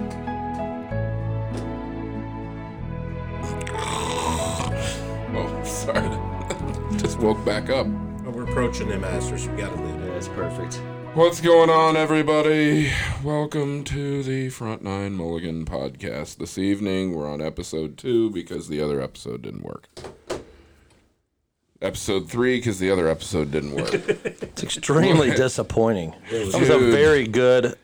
card. Oh, Just woke back up. We're approaching them masters. We gotta leave. That's perfect. What's going on, everybody? Welcome to the Front Nine Mulligan podcast. This evening, we're on episode two because the other episode didn't work. Episode three because the other episode didn't work. It's extremely disappointing. That was a Dude. very good,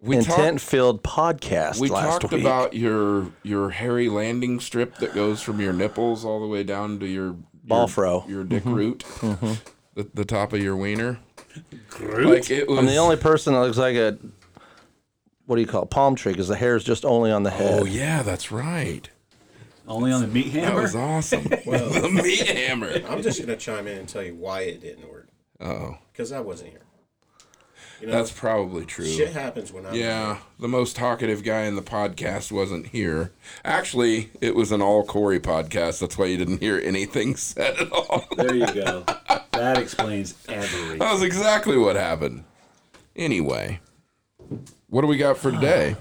We talked- intent-filled podcast We last talked week. about your your hairy landing strip that goes from your nipples all the way down to your Ball your, fro. Mm-hmm. your dick root, the, the top of your wiener. Groot? Like it was. I'm the only person that looks like a what do you call it, palm tree? Because the hair is just only on the head. oh yeah, that's right. Only on the meat That hammer. was awesome. the meat hammer. I'm just gonna chime in and tell you why it didn't work. Oh, Because I wasn't here. You know, that's probably true. shit happens when I'm. Yeah, the most talkative guy in the podcast wasn't here. Actually, it was an all Corey podcast. That's why you didn't hear anything said at all. there you go. That explains everything. That was exactly what happened. Anyway, what do we got for today?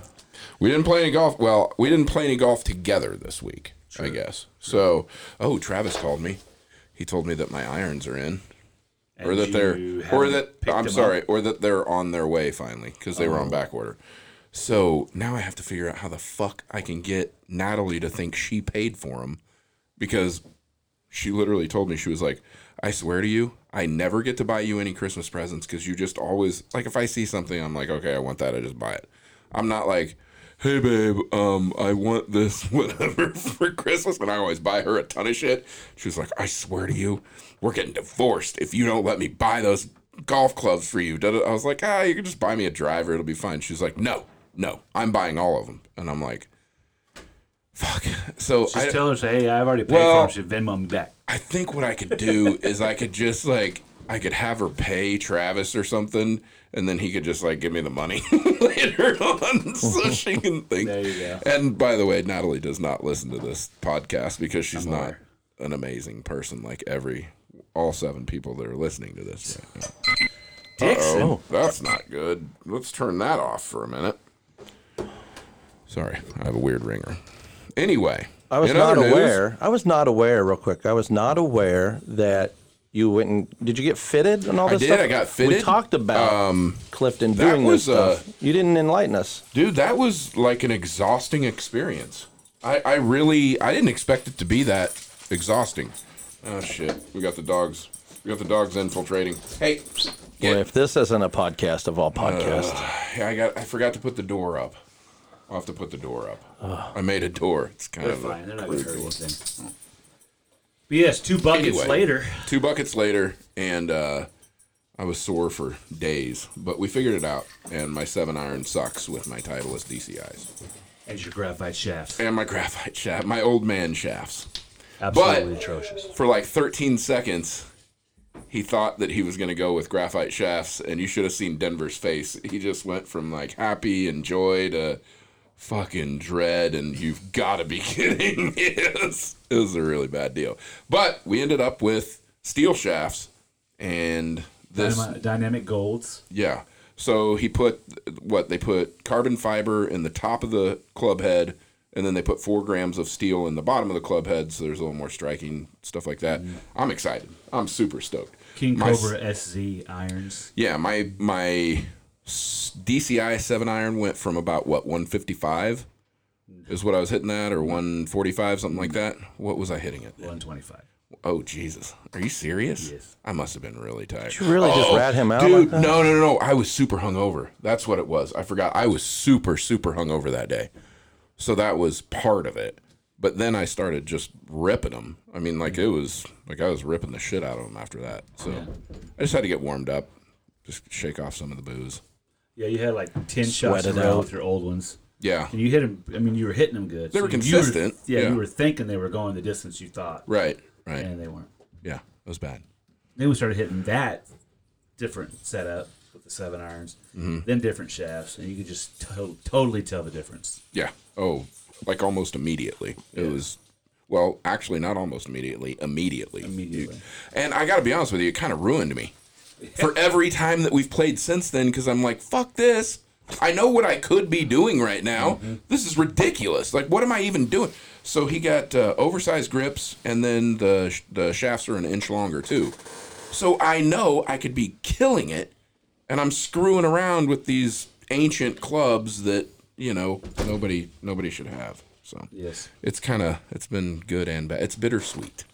We didn't play any golf. Well, we didn't play any golf together this week, I guess. So, oh, Travis called me. He told me that my irons are in, or And that they're, you or haven't that picked them I'm up. Oh. sorry, or that they're on their way finally because they were on back order. So now I have to figure out how the fuck I can get Natalie to think she paid for them because she literally told me she was like i swear to you i never get to buy you any christmas presents because you just always like if i see something i'm like okay i want that i just buy it i'm not like hey babe um i want this whatever for christmas and i always buy her a ton of shit she was like i swear to you we're getting divorced if you don't let me buy those golf clubs for you Da- da- i was like ah you can just buy me a driver it'll be fine she's like no no i'm buying all of them and i'm like fuck so Just I, tell her, say, hey, I've already paid Well- for them. She Venmo me back. I think what I could do is I could just like I could have her pay Travis or something, and then he could just like give me the money later on, so she can think. There you go. And by the way, Natalie does not listen to this podcast because she's not an amazing person like every all seven people that are listening to this. Right now. Dixon. Oh, that's not good. Let's turn that off for a minute. Sorry, I have a weird ringer. Anyway, I was in not other news- aware. I was not aware. Real quick, I was not aware that you went and did you get fitted and all I this did, stuff? I got fitted. Um, We talked about Clifton that doing was, this uh, stuff. you didn't enlighten us. dude that was like an exhausting experience i i really i didn't expect it to be that exhausting oh shit we got the dogs we got the dogs infiltrating hey Boy, get, if this isn't a podcast of all podcasts, i got i forgot to put the door up i'll have to put the door up i made a door it's kind They're of a fine. They're not going crude to hurt door. anything. But yes, two buckets Anyway. later. two buckets later and uh I was sore for days, but we figured it out, and my seven iron sucks with my Titleist DCIs And your graphite shaft. and my graphite shaft, my old man shafts. Absolutely atrocious. for like 13 seconds, he thought that he was going to go with graphite shafts, and you should have seen Denver's face. He just went from like happy and joy to fucking dread, and you've got to be kidding. yes. It was a really bad deal. But we ended up with steel shafts, and this, Dyma- Dynamic golds. yeah. So he put what they put carbon fiber in the top of the club head, and then they put four grams of steel in the bottom of the club head. So there's a little more striking stuff like that. I'm excited. I'm super stoked. Mm. King My s- Cobra SZ irons. Yeah, my my s- DCI seven iron went from about what 155 is what I was hitting at, or 145 something Mm. like that. What was I hitting it? 125. Oh Jesus, are you serious? Yes. I must have been really tired. you really just rat him out Oh, Dude, like that? no, no, no, no. I was super hungover. That's what it was. I forgot. I was super, super hungover that day. So that was part of it. But then I started just ripping them. I mean, like it was like I was ripping the shit out of them after that. So I just had to get warmed up, just shake off some of the booze. Yeah, you had like 10 shots Sweat in it a row out. with your old ones. Yeah, And you hit them. I mean, you were hitting them good. They were consistent, You were, yeah, yeah. you were thinking they were going the distance you thought, right, right. and they weren't. Yeah, it was bad. Then we started hitting that different setup with the seven irons, then different shafts, and you could just to- totally tell the difference. Yeah. Oh, like almost immediately. It was, well, actually, not almost immediately, immediately. Immediately. You- and I got to be honest with you, it kind of ruined me for every time that we've played since then because I'm like, fuck this. I know what I could be doing right now. This is ridiculous. Like, what am I even doing? So he got uh, oversized grips, and then the sh- the shafts are an inch longer too. So I know I could be killing it, and I'm screwing around with these ancient clubs that you know nobody nobody should have. So Yes. it's kind of it's been good and bad. It's bittersweet.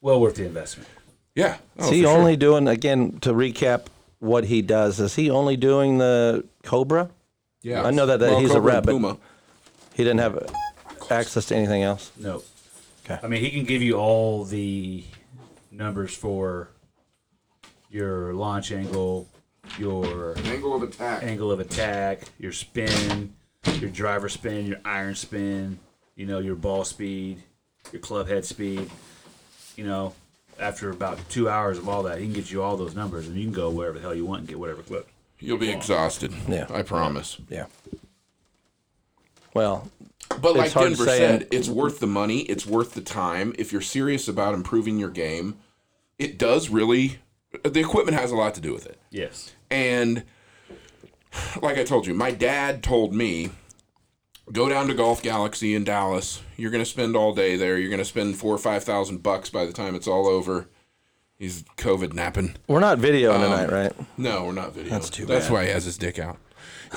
Well worth the investment. Yeah. Oh, Is he for sure. only doing again to recap what he does? Is he only doing the Cobra? Yeah. I know that- that he's a Cobra and rabbit. Puma. He didn't have access to anything else. No. Okay. I mean, he can give you all the numbers for your launch angle, your Angle of attack. angle of attack, your spin, your driver spin, your iron spin, you know, your ball speed, your club head speed. You know, after about two hours of all that, he can get you all those numbers, and you can go wherever the hell you want and get whatever clip. You'll be exhausted. Yeah. I promise. Yeah. Well, But It's like hard to Denver say, said, and- it's worth the money. It's worth the time. If you're serious about improving your game, it does really. The equipment has a lot to do with it. Yes. And like I told you, my dad told me, go down to Golf Galaxy in Dallas. You're going to spend all day there. You're going to spend four or five thousand bucks by the time it's all over. He's COVID napping. we're not videoing tonight, right? No, we're Um, not video. That's too That's bad. why he has his dick out.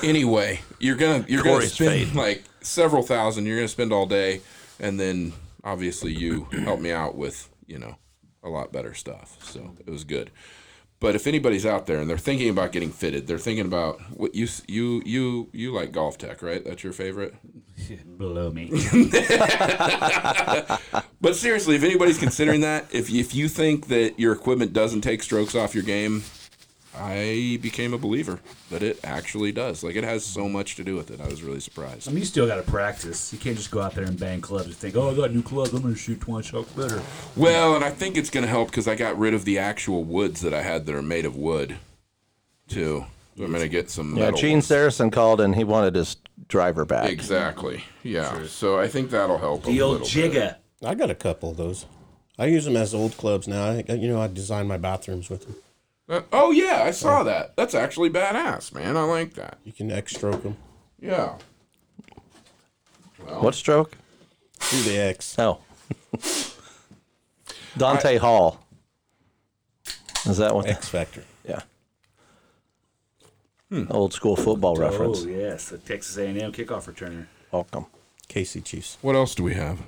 Anyway, you're gonna you're Corey's gonna spend like several thousand. You're gonna spend all day, and then obviously you helped me out with you know a lot better stuff. So it was good. But if anybody's out there and they're thinking about getting fitted, they're thinking about what you s- you you you like golf tech, right? That's your favorite. Below me. But seriously, if anybody's considering that, if if you think that your equipment doesn't take strokes off your game, I became a believer that it actually does. Like it has so much to do with it. I was really I surprised. mean, you still got to practice. You can't just go out there and bang clubs and think, oh, I got new clubs. I'm going to shoot 20 shots better. Well, and I think it's going to help because I got rid of the actual woods that I had that are made of wood, too. So I'm going to get some. Yeah, metal Gene ones. Saracen called and he wanted his driver back. Exactly. Yeah. So I think that'll help. The a old little bit. jigga. I got a couple of those. I use them as old clubs now. I, you know, I design my bathrooms with them. Uh, oh yeah, I saw that. That's actually badass, man. I like that. You can X stroke them Yeah. What stroke? through the X. Oh. Dante Hall. Is that one? X Factor. Yeah. Old school football reference. Oh, yes. The Texas A&M kickoff returner. Welcome. KC Chiefs. What else do we have?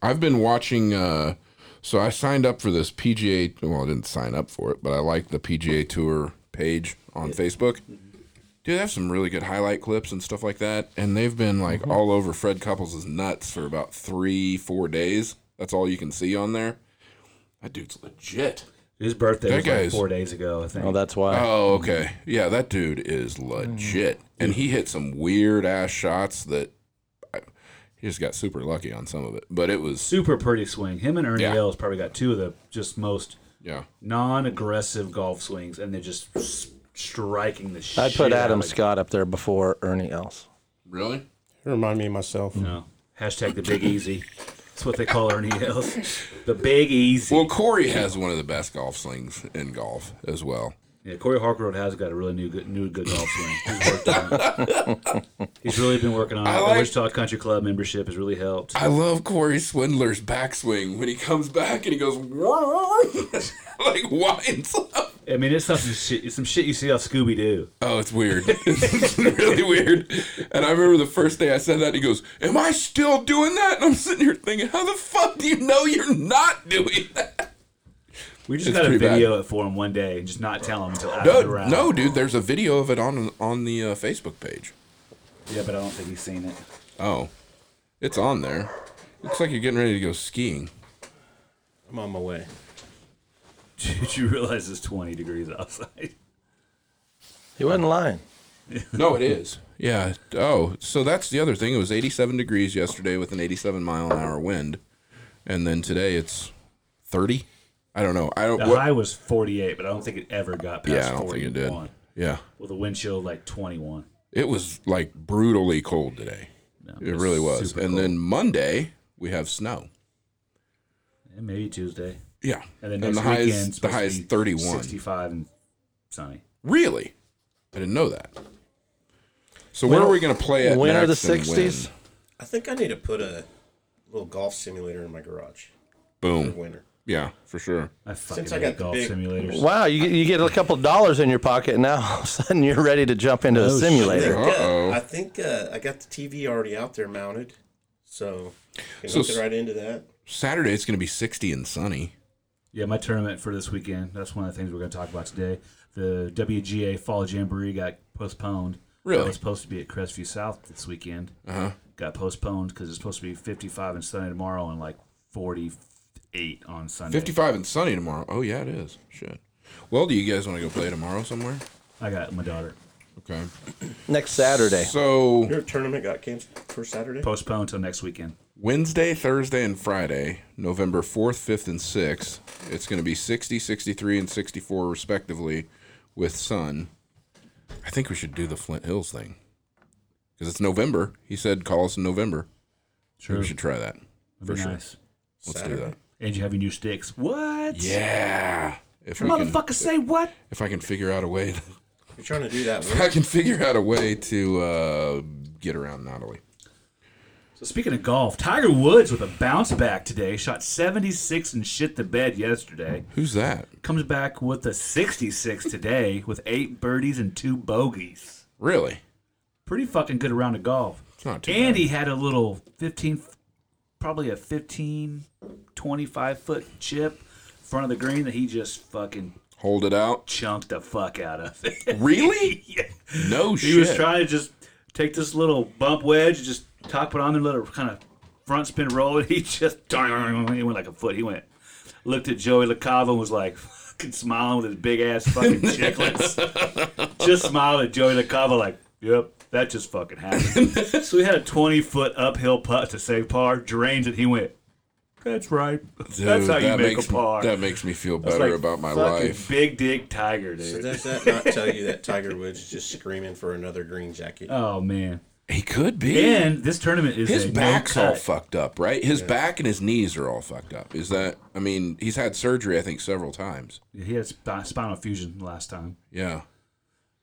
I've been watching. Uh, so I signed up for this PGA. Well, I didn't sign up for it, but I like the PGA Tour page on Facebook. Dude, they have some really good highlight clips and stuff like that. And they've been like all over Fred Couples' nuts for about three, four days. That's all you can see on there. That dude's legit. His birthday That was like guy's- four days ago, I think. Oh, that's why. Oh, okay. Yeah, that dude is legit. And he hit some weird ass shots that I, he just got super lucky on some of it. But it was, Super pretty swing. Him and Ernie Yeah. Els probably got two of the just most yeah. non-aggressive golf swings, and they're just s- striking the shit I'd put Adam out of- Scott up there before Ernie Els. Really? Remind me of myself. No. Hashtag the Big Easy. That's what they call Ernie Els. The Big Easy. Well, Corey has one of the best golf swings in golf as well. Yeah, Corey Harkroyd has got a really new good new good golf swing. He's worked on it. He's really been working on it. like- the Wichita Country Club membership has really helped. I love Corey Swindler's backswing when he comes back and he goes like winds up. I mean, it's something shit, it's some shit you see off Scooby Doo. Oh, it's weird. it's really weird. And I remember the first day I said that, he goes, "Am I still doing that?" And I'm sitting here thinking, "How the fuck do you know you're not doing that?" We just It's got to pretty bad. video it for him one day and just not tell him until after the No, round. no, dude. There's a video of it on on the uh, Facebook page. Yeah, but I don't think he's seen it. Oh, it's on there. Looks like you're getting ready to go skiing. I'm on my way. Did you realize it's 20 degrees outside? He wasn't lying. No, it is. Yeah. Oh, so that's the other thing. It was 87 degrees yesterday with an 87 mile an hour wind, and then today it's 30. I don't know. I don't. The What, high was 48, but I don't think it ever got past yeah, I don't think 41. it did. Yeah, With a wind chill like 21. it was like brutally cold today. No, It really was. super And cold. then Monday we have snow. And maybe Tuesday. Yeah. And then next the high weekend, is the supposed high to is be 31. 65 and sunny. Really? I didn't know that. So where are we going to play at? When are the next and when? 60s? I think I need to put a little golf simulator in my garage for Boom. winter. Yeah, for sure. I fucking Since I hate got the golf big- simulators. Wow, you, get- you get a couple dollars in your pocket and now all of a sudden you're ready to jump into a Oh, shit. I think, simulator. Uh-oh. uh, I, think uh, I got the TV already out there mounted, so can So hook s- it right into that. Saturday it's going to be 60 and sunny. Yeah, my tournament for this weekend. That's one of the things we're going to talk about today. The WGA Fall Jamboree got postponed. Really? It was supposed to be at Crestview South this weekend. Uh-huh. Got postponed because it's supposed to be 55 and sunny tomorrow and like 48 on Sunday. 55 and sunny tomorrow. Oh yeah, it is. Shit. Well, do you guys want to go play tomorrow somewhere? I got my daughter Okay. Next Saturday. So Your tournament got canceled for Saturday. postponed till next weekend. Wednesday, Thursday, and Friday, November 4th, 5th, and 6th, it's going to be 60, 63, and 64 respectively with sun. I think we should do the Flint Hills thing because it's November. He said call us in November. Sure. We should try that. That'd be nice. Let's Saturday. do that. And you have your new sticks. What? Yeah. If we can, Motherfucker, say what? if I can figure out a way, You're trying to do that. if One. I can figure out a way to uh, get around Natalie. So speaking of golf, Tiger Woods with a bounce back today. Shot 76 and shit the bed yesterday. Who's that? Comes back with a 66 today with eight birdies and two bogeys. Really? Pretty fucking good round of golf. It's not too And bad. he had a little 15, probably a 15, 25 foot chip in front of the green that he just fucking Hold it out. chunked the fuck out of it. Really? yeah. No He shit. was trying to just take this little bump wedge, just top it on there, let it kind of front spin roll, and he just he went like a foot. He went, looked at Joey LaCava and was like fucking smiling with his big ass fucking chicklets. just smiled at Joey LaCava like, yep, that just fucking happened. so we had a 20 foot uphill putt to save par, drains it, he went, that's right. that's Dude, how you that make makes, a par. That makes me feel It's better like about my fucking life. Big dick tiger, dude. So does that not tell you that Tiger Woods is just screaming for another green Uh. jacket? oh man. He could be. And this tournament is his a no back's all cut. fucked up, right? His back and his knees are all fucked up. Is that? I mean, he's had surgery, I think, several times. He had sp- uh, spinal fusion last time, Yeah,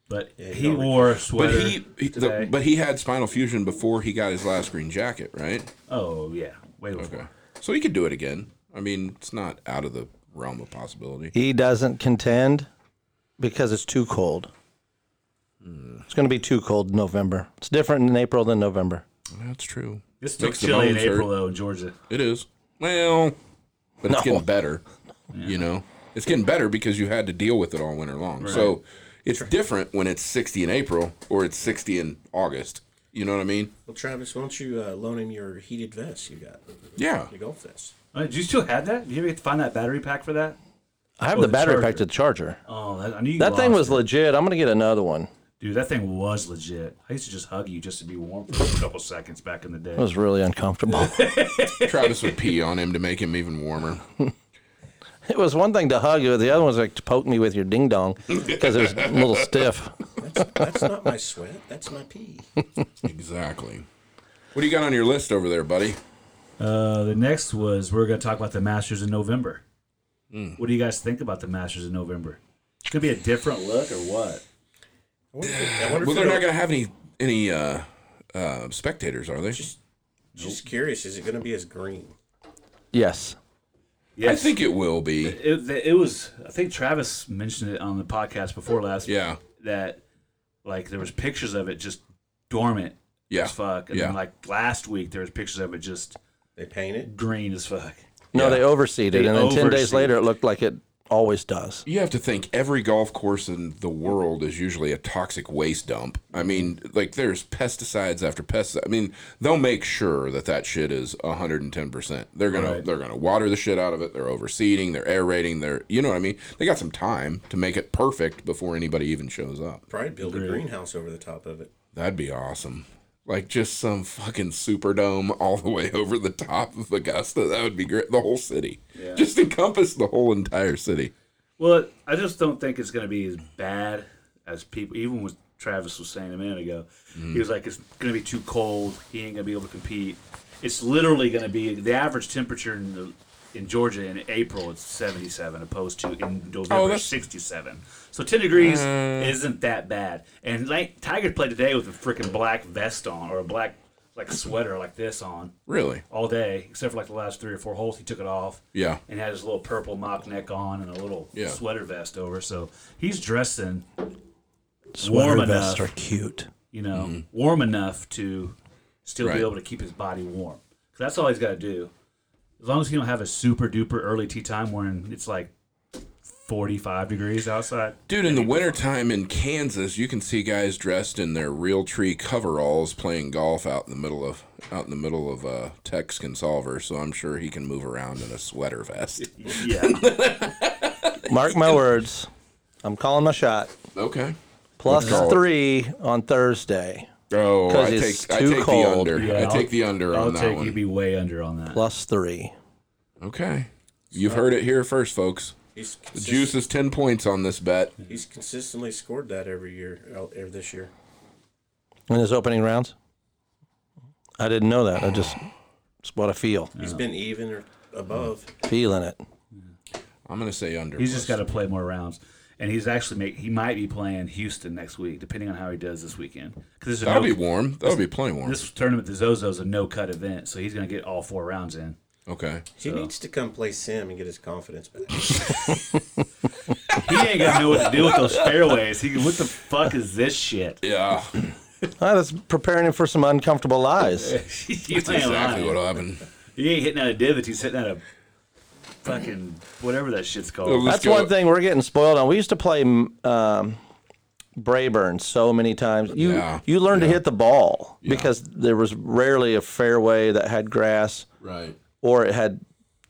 but he he got re- wore a sweater. but he, he today. the, but he had spinal fusion before he got his last green jacket, right? oh yeah, way before. Okay, so he could do it again. I mean, it's not out of the realm of possibility. He doesn't contend because it's too cold. Hmm. It's going to be too cold in November. It's different in April than November. That's true. It's still Makes the chilly in bones hurt. April though in Georgia. It is. Well, but it's No. getting better. You know, it's getting better because you had to deal with it all winter long. So it's different when it's 60 in April or it's 60 in August. You know what I mean? Well, Travis, why don't you uh, loan him your heated vest you got, Yeah. your golf vest? Uh, Do you still have that? Did you ever get to find that battery pack for that? I have Oh, the the battery charger. pack to the charger. Oh, that, I knew you That thing lost was it. legit. I'm going to get another one. dude. That thing was legit. I used to just hug you just to be warm for a couple seconds back in the It day. was really uncomfortable. Travis would pee on him to make him even warmer. it was one thing to hug you, the other one was like to poke me with your ding dong because it was a little stiff. That's, that's not my sweat. That's my pee. exactly. What do you got on your list over there, buddy? Uh, the next was we're gonna talk about the Masters in November. Hmm. What do you guys think about the Masters in November? It's gonna be a different look or what? I wonder if, I wonder if Well, they're it'll- not going to have any any uh, uh, spectators, are they? Just curious, is it going to be as green? Yes. I Yes. think it will be. it, it was i think travis mentioned it on the podcast before last Yeah. that like there was pictures of it just dormant Yeah. as fuck and yeah. then like last week there was pictures of it just They paint it. green as fuck No, Yeah. they overseeded, They and then ten days overseeded. later, it looked like it always does. you have to think every golf course in the world is usually a toxic waste dump. I mean, like there's pesticides after pesticides. I mean, they'll make sure that that shit is 110%. They're going to Right. they're going to water the shit out of it. They're overseeding, they're aerating, they're you know what I mean? They got some time to make it perfect before anybody even shows up. Probably build a greenhouse over the top of it. That'd be awesome. Like just some fucking superdome all the way over the top of Augusta. That would be great. The whole city. Just encompass the whole entire city. well i just don't think it's going to be as bad as people even when travis was saying a minute ago he was like it's going to be too cold he ain't going to be able to compete it's literally going to be the average temperature in the in Georgia in April it's 77 opposed to in November Oh, that's- Mm. 67. So 10 degrees isn't that bad. And like Tiger played today with a freaking black vest on or a black like sweater like this on Really? all day except for like the last three or four holes he took it off. Yeah. And had his little purple mock neck on and a little Yeah. sweater vest over. So he's dressing Sweater Warm vests enough. are cute. you know, warm enough to still Mm-hmm. Right. be able to keep his body warm. 'Cause that's all he's got to do. As long as he don't have a super duper early tea time when it's like 45 degrees outside. Dude, in the wintertime in Kansas, you can see guys dressed in their real tree coveralls playing golf out in the middle of out in the middle of uh, Tex Solver, so I'm sure he can move around in a sweater vest. Yeah. Mark my words. I'm calling my shot. Okay. Plus Let's call it. three on Thursday. Oh, I 'Cause take it's I too take the cold. under. Yeah, I take the under I'll on that take one. you be way under on that. Plus three. Okay. You've heard it here first, folks. He's The juice is 10 points on this bet. He's consistently scored that every year, uh, every this year. in his opening rounds? I didn't know that. I just it's what I feel. He's been even or above. Feeling it. I'm going to say under. He's just plus. got to play more rounds. And he's actually make he might be playing Houston next week, depending on how he does this weekend. Because That'll be warm. That'll be plenty warm. this tournament, the Zozo's a no cut event, so he's gonna get all four rounds in. Okay. He needs to come play Sim and get his confidence back. He ain't gonna know what to do with those fairways. He what the fuck is this shit? Yeah. Ah, that's preparing him for some uncomfortable lies. You ain't Exactly lying. what happened. He ain't hitting out a divot. He's hitting out a fucking whatever that shit's called. Let's That's go- one thing we're getting spoiled on. We used to play um, Brayburn so many times. You Yeah. you learn to hit the ball because there was rarely a fairway that had grass Right. or it had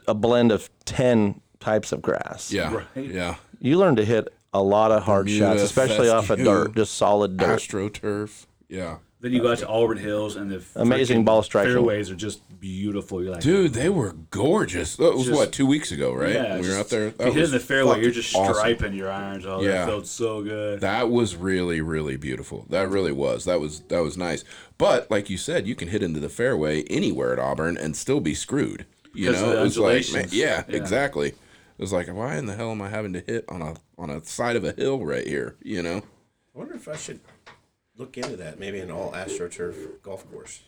a blend of ten types of grass. Yeah. Right. Yeah. You learn to hit a lot of hard Bermuda, shots, especially off of fescue, dirt, just solid dirt. AstroTurf. Yeah. Then you go out to Auburn Hills and the Amazing freaking ball striking. Fairways are just beautiful. You're like, Dude, they were gorgeous. That was Just- what two weeks ago, right? yeah, we were just- out there. That If you hit was in the fairway, you're fucking just awesome. striping your irons. Oh, Yeah. that felt so good. That was really, really beautiful. That really was. That was that was nice. But like you said, you can hit into the fairway anywhere at Auburn and still be screwed. You Because of know, the it was like, man, undulations. yeah, Yeah. exactly. It was like, why in the hell am I having to hit on a on a side of a hill right here? You know, I wonder if I should look into that. Maybe an all AstroTurf golf course.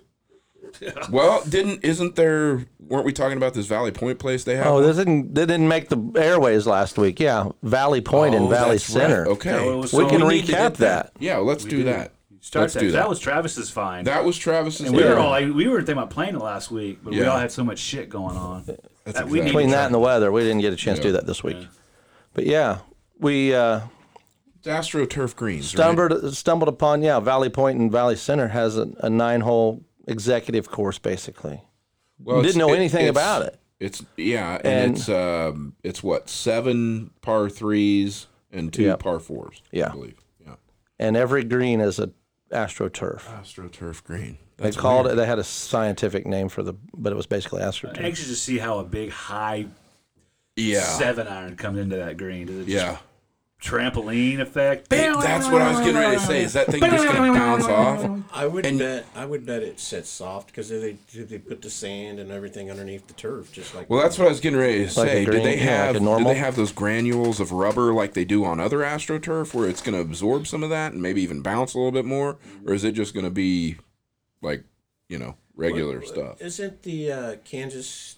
well, didn't isn't there? Weren't we talking about this Valley Point place they have? Oh, they didn't they didn't make the airways last week. Yeah, Valley Point Oh, and Valley that's right. Center. Okay, Yeah, well, it was We so can we need to recap get that. Yeah, let's do, that. Start let's that. do that. was Travis's find. That was Travis's. and we were error. all like, we were thinking about playing it last week, but we Yeah. all had so much shit going on. that exactly- we need Between to that and the weather, we didn't get a chance to do that this week. But yeah, we uh, It's AstroTurf greens. right? stumbled stumbled upon yeah Valley Point and Valley Center has a, a nine hole executive course basically. Well, Didn't it's- know anything it's- about it. It's yeah, and, And- it's um, it's what seven par threes and two Yep. par fours. Yeah. I believe. Yeah, And every green is a astroturf. AstroTurf green. They called it. They had a scientific name for the, but it was basically I'm astroturf. anxious to see how a big high Yeah, seven iron comes into that green. Does it just yeah. trampoline effect? That's what I was getting ready to say. Is that thing just gonna bounce off? I would bet. I would bet it sets soft because they they put the sand and everything underneath the turf, just like Well, that's what I was getting ready to Like a say. do green- they yeah, like have a normal? do they have those granules of rubber like they do on other AstroTurf, where it's going to absorb some of that and maybe even bounce a little bit more, or is it just going to be like you know regular stuff? Isn't the uh, Kansas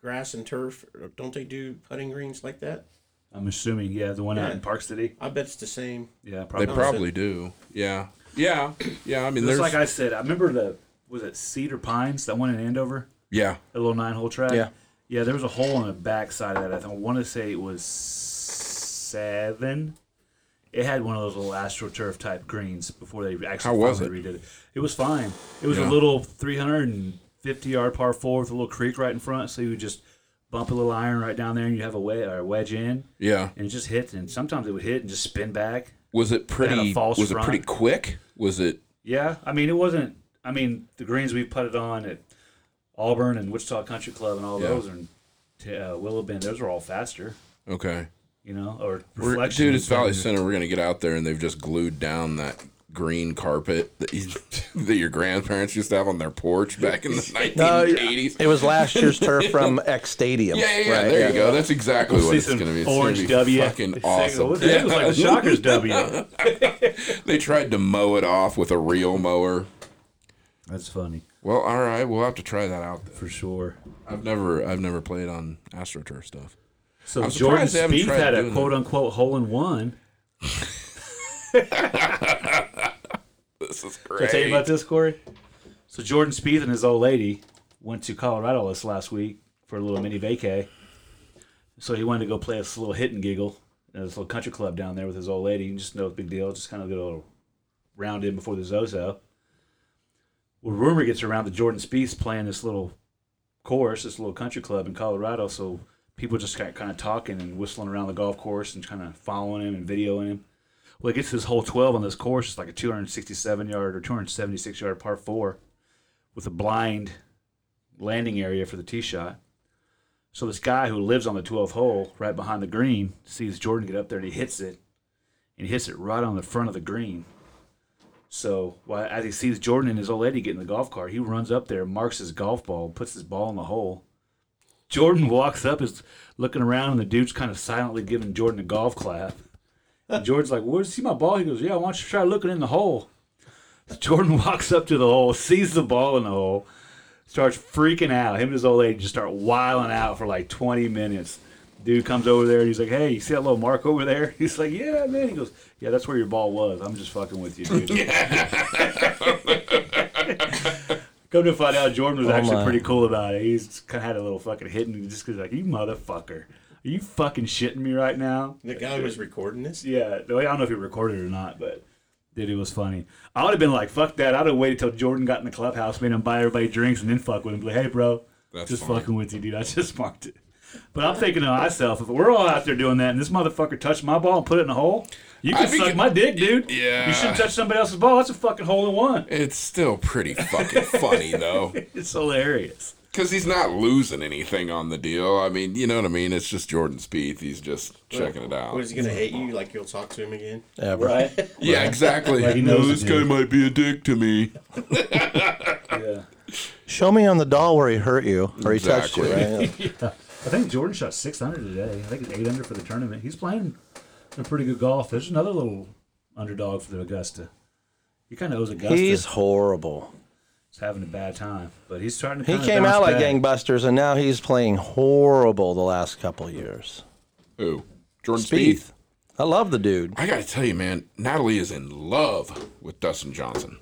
grass and turf? Don't they do putting greens like that? I'm assuming, yeah, the one out in Park City. I bet it's the same. Yeah, They probably. probably do. Yeah. Yeah. Yeah. I mean, Just there's. like I said, I remember the was it Cedar Pines that one in Andover, yeah. a little nine hole track. Yeah. yeah. There was a hole on the back side of that. I, think, I want to say it was seven. It had one of those little astroturf type greens before they actually How was finally redid it. It was fine. It was Yeah. a little 350 yard par four with a little creek right in front, so you would just bump a little iron right down there and you have a wedge, or a wedge in, Yeah. and it just hit. And sometimes it would hit and just spin back. Was it pretty? false Was it front. pretty quick? Was it? Yeah, I mean it wasn't. I mean the greens we putted on at Auburn and Wichita Country Club and all Yeah. those, and t- uh, Willow Bend, those were all faster. Okay. You know, or We're, reflection. dude, it's Valley Center. We're gonna get out there, and they've just glued down that green carpet that, you, that your grandparents used to have on their porch back in the 1980s. It was last year's turf from X Stadium. Yeah, yeah, yeah. there you go. That's exactly what See it's some going to be. It's orange gonna be W. Fucking Awesome. awesome. It was like the Shockers W. They tried to mow it off with a real mower. That's funny Well, all right, we'll have to try that out. Then. for sure. I've never, I've never played on AstroTurf stuff. So I'm Jordan surprised they haven't Spieth tried had a doing that. quote unquote hole in one. This is Did I tell you great. about this, Corey? So Jordan Spieth and his old lady went to Colorado this last week for a little mini vacay. So he wanted to go play this little hit and giggle at this little country club down there with his old lady. Just no big deal. Just kind of get a little round in before the Zozo. Well, rumor gets around that Jordan Spieth's playing this little course, this little country club in Colorado. So people just got kind of talking and whistling around the golf course and kind of following him and videoing him. Well, it gets to this hole 12 on this course. It's like a 267 yard or 276 yard par four with a blind landing area for the tee shot. So this guy who lives on the 12th hole right behind the green sees Jordan get up there and he hits it and he hits it right on the front of the green. So while, as he sees Jordan and his old lady get in the golf cart, he runs up there, marks his golf ball, puts his ball in the hole. Jordan walks up, is looking around, and the dude's kind of silently giving Jordan a golf clap. And Jordan's like, "Where see my ball?" He goes, "Yeah, why don't you try looking in the hole?" So Jordan walks up to the hole, sees the ball in the hole, starts freaking out. Him and his old lady just start wiling out for like 20 minutes. Dude comes over there and he's like, "Hey, you see that little mark over there?" He's like, "Yeah, man." He goes, "Yeah, that's where your ball was. I'm just fucking with you, dude." Come to find out, Jordan was actually my. pretty cool about it. He's kind of had a little fucking hit and just because like, "You motherfucker, are you fucking shitting me right now?" The guy was recording this. Yeah, the way- I don't know if he recorded it or not, but dude, it was funny. I would have been like, "Fuck that!" I'd have waited till Jordan got in the clubhouse, made him buy everybody drinks, and then fuck with him. Be Like, hey, bro, That's just funny. fucking with you, dude. I just marked it. But I'm thinking to myself, if we're all out there doing that, and this motherfucker touched my ball and put it in a hole, you can I'd be suck g- my dick, dude. Yeah. you should touch somebody else's ball. That's a fucking hole in one. It's still pretty fucking funny though, It's hilarious. because he's not losing anything on the deal. I mean, you know what I mean? It's just Jordan Spieth. He's just checking it out. What is he gonna hate you? Like you'll talk to him again? Ever. Right? yeah, exactly. Like he no, knows this it, guy dude. might be a dick to me. yeah. Show me on the doll where he hurt you or he touched you. Exactly. Right? I think Jordan shot 600 today. I think it's 8 under for the tournament. He's playing some pretty good golf. There's another little underdog for the Augusta. He kind of owes Augusta. He's He's horrible. having a bad time, but he's trying to. He kinda came bounce out like back. gangbusters, and now he's playing horrible the last couple years. Who? Jordan Spieth. Speeth. I love the dude. I gotta tell you, man, Natalie is in love with Dustin Johnson.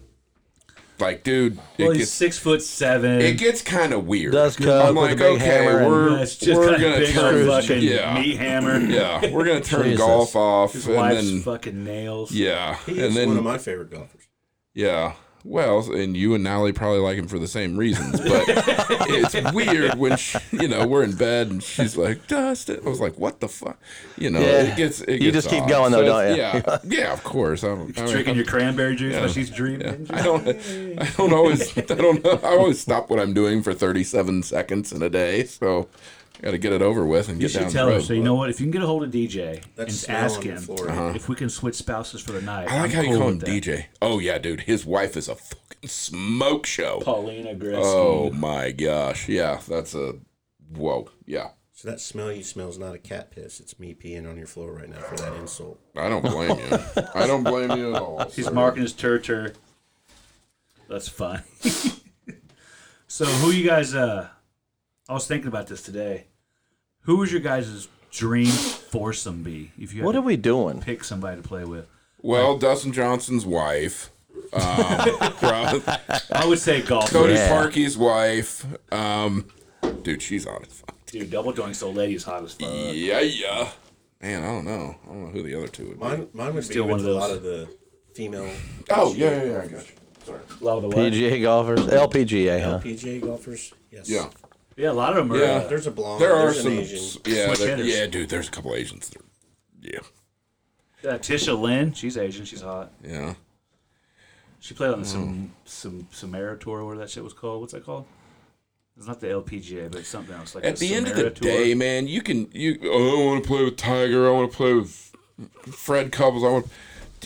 Like, dude, Well, it he's gets six foot seven. it gets kind of weird. Does cook I'm with like, a big okay, hammer and- we're That's just we're kinda gonna big turn old fucking yeah, meat hammer. yeah, we're gonna turn Jesus. golf off, His and wife's then fucking nails. yeah, He's and one then of my favorite golfers. yeah. Well, and you and Natalie probably like him for the same reasons, but it's weird when she, you know we're in bed and she's like Dustin. I was like, what the fuck? You know, Yeah. it gets it You gets just keep odd. going, though, don't you? Yeah, yeah, of course. I'm, I mean, Drinking your cranberry juice while she's dreaming. I don't. I don't always. I don't. know- I always stop what I'm doing for 37 seconds in a day. So, got to get it over with and You get down should the tell her. road. So you know what? If you can get a hold of DJ That's and smell ask on him the floor. Uh-huh. if we can switch spouses for the night, I like I'm how you cool call him with that. DJ. Oh yeah, dude. His wife is a fucking smoke show. Paulina Gretzky. Oh my gosh. Yeah, that's a. Whoa. Yeah. So that smell you smell is not a cat piss. It's me peeing on your floor right now for that insult. I don't blame you. I don't blame you at all. He's sir. marking his turter. That's fine. so who you guys uh I was thinking about this today. Who was your guys' dream foursome be if you had What to are we doing? pick somebody to play with? Well, Dustin Johnson's wife. Um, Rob- I would say golf. Cody Yeah. Parkey's wife. Um, dude, she's on it. Fuck. Dude, double joint so lady's hot as fuck. Yeah, yeah. Man, I don't know. I don't know who the other two would be. Mine, mine was still Steal one one of a lot those. of the female Oh, yeah, yeah, yeah. I got you. Love the what? PGA golfers, LPGA, huh? PGA golfers. Yes. Yeah. Yeah, a lot of them are Yeah. uh, There's a blonde. There are Oh, there's some. An Asian. Yeah, Switch there, hitters. yeah, dude, there's a couple Asians. There. Yeah. uh, Tisha Lynn, she's Asian, she's hot. Yeah. She played on the some Mm. some Samara tour or whatever that shit was called. What's that called? It's not the LPGA, but it's something else. Like At the end of the Samara tour. day, man, you can. you. Oh, I want to play with Tiger. I want to play with Fred Couples. I want.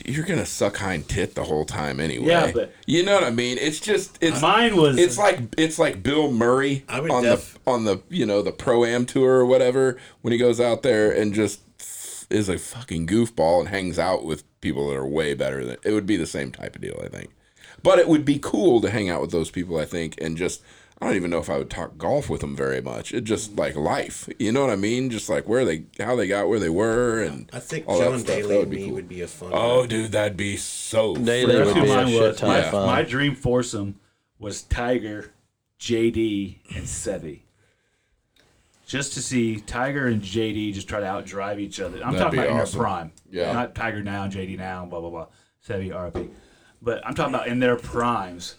you're gonna suck hind tit the whole time anyway. Yeah, but- you know what I mean. It's just it's Mine was It's like it's like Bill Murray I would on def- the on the you know the pro am tour or whatever when he goes out there and just f- is a fucking goofball and hangs out with people that are way better than it would be the same type of deal I think. But it would be cool to hang out with those people I think and just I don't even know if I would talk golf with them very much. It just like life, you know what I mean? Just like where they how they got where they were and I think all that John stuff. That Daly would and be me cool. would be a fun. Oh, dude, that'd be so. Daily freaking would That's be who a mine shit was. ton My, of fun. my dream foursome was Tiger, JD, and Seve. Just to see Tiger and JD just try to outdrive each other. I'm That'd talking be about in awesome. their prime. Yeah. Not Tiger now, JD now, blah, blah, blah. Seve, RP. But I'm talking about in their primes.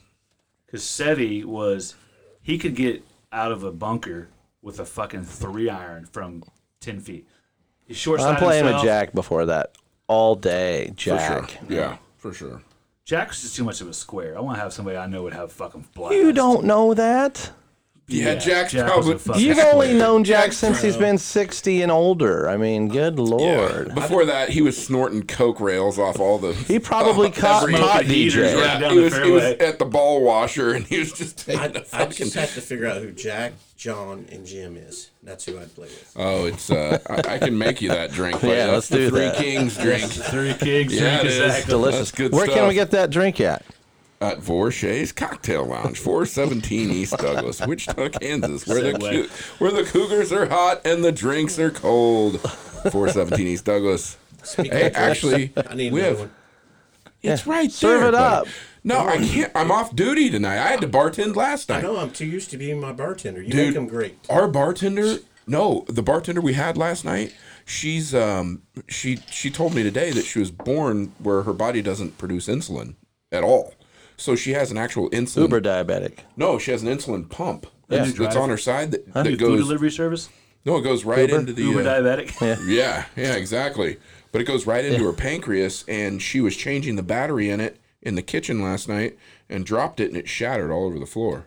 Because Seve was, he could get out of a bunker with a fucking three iron from 10 feet. He's short I'm playing with Jack before that all day. Jack. For sure. Yeah, for sure. Jack's just too much of a square. I want to have somebody I know would have fucking blast. You don't know that. Yeah, Jack's Jack was a probably. fucking You've square. only known Jack since he's been 60 and older. I mean, good lord. Before that, he was snorting coke rails off all the. He probably caught every- pot heaters DJ. right Yeah, down he the was, he was fairway. at the ball washer and he was just taking I, a I fucking. just have to figure out who Jack, John, and Jim is. That's who I'd play with. Oh, it's. Uh, I, I can make you that drink. but Yeah, that's let's the do Three that. Kings drink Three gigs. Yeah, yeah, it is. Delicious. That's good Where can stuff. we get that drink at? at Vorshay's Cocktail Lounge, 417 East Douglas, Wichita, Kansas, where the Segue. cou- where the cougars are hot and the drinks are cold. 417 East Douglas. Speaking Hey, of drinks, actually, I need we another have one. It's right Serve there, it buddy. up. Mm. No, I can't. I'm off duty tonight. I had to bartend last I night. know I'm too used to being my bartender. You Dude, make them great. Our bartender, no, the bartender we had last night, she's um she she told me today that she was born where her body doesn't produce insulin at all. So she has an actual insulin. Uber diabetic. No, she has an insulin pump that's, Uber that's Drive. on her side that, that Food goes. delivery service. No, it goes right into the Uber uh, diabetic. yeah, yeah, exactly. But it goes right into her pancreas, and she was changing the battery in it in the kitchen last night and dropped it, and it shattered all over the floor.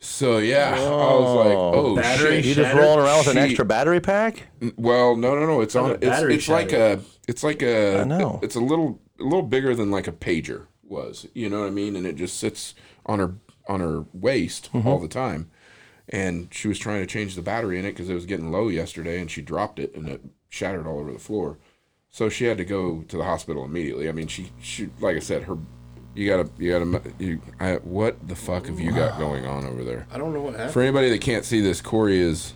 So yeah, I was like, oh Battery shit. You just Shattered. rolling around with an She- extra battery pack? Well, no, no, no. It's a on. It's, battery it's like a. It's like a. I know. It's a little, a little bigger than like a pager was. You know what I mean? And it just sits on her on her waist Mm-hmm. all the time. And she was trying to change the battery in it because it was getting low yesterday, and she dropped it, and it shattered all over the floor. So she had to go to the hospital immediately. I mean, she she like I said, her. You gotta, you gotta, you. I, what the fuck have you got going on over there? I don't know what happened. For anybody that can't see this, Corey is.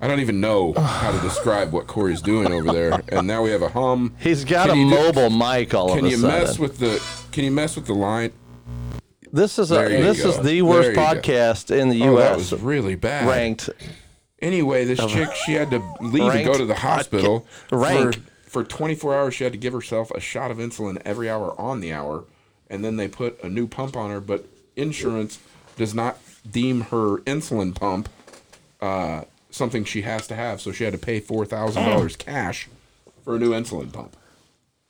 I don't even know how to describe what Corey's doing over there. And now we have a hum. He's got Can a you do- mobile mic all Can of a you sudden. mess with the? Can you mess with the line? this is a, There you this go. is the There worst you go. podcast in the Oh, that U.S. was really bad. ranked. Anyway, this chick she had to leave and go Ranked to the hospital. podca- rank. For, for 24 hours, she had to give herself a shot of insulin every hour on the hour, and then they put a new pump on her. But insurance does not deem her insulin pump uh, something she has to have, so she had to pay four thousand dollars cash for a new insulin pump.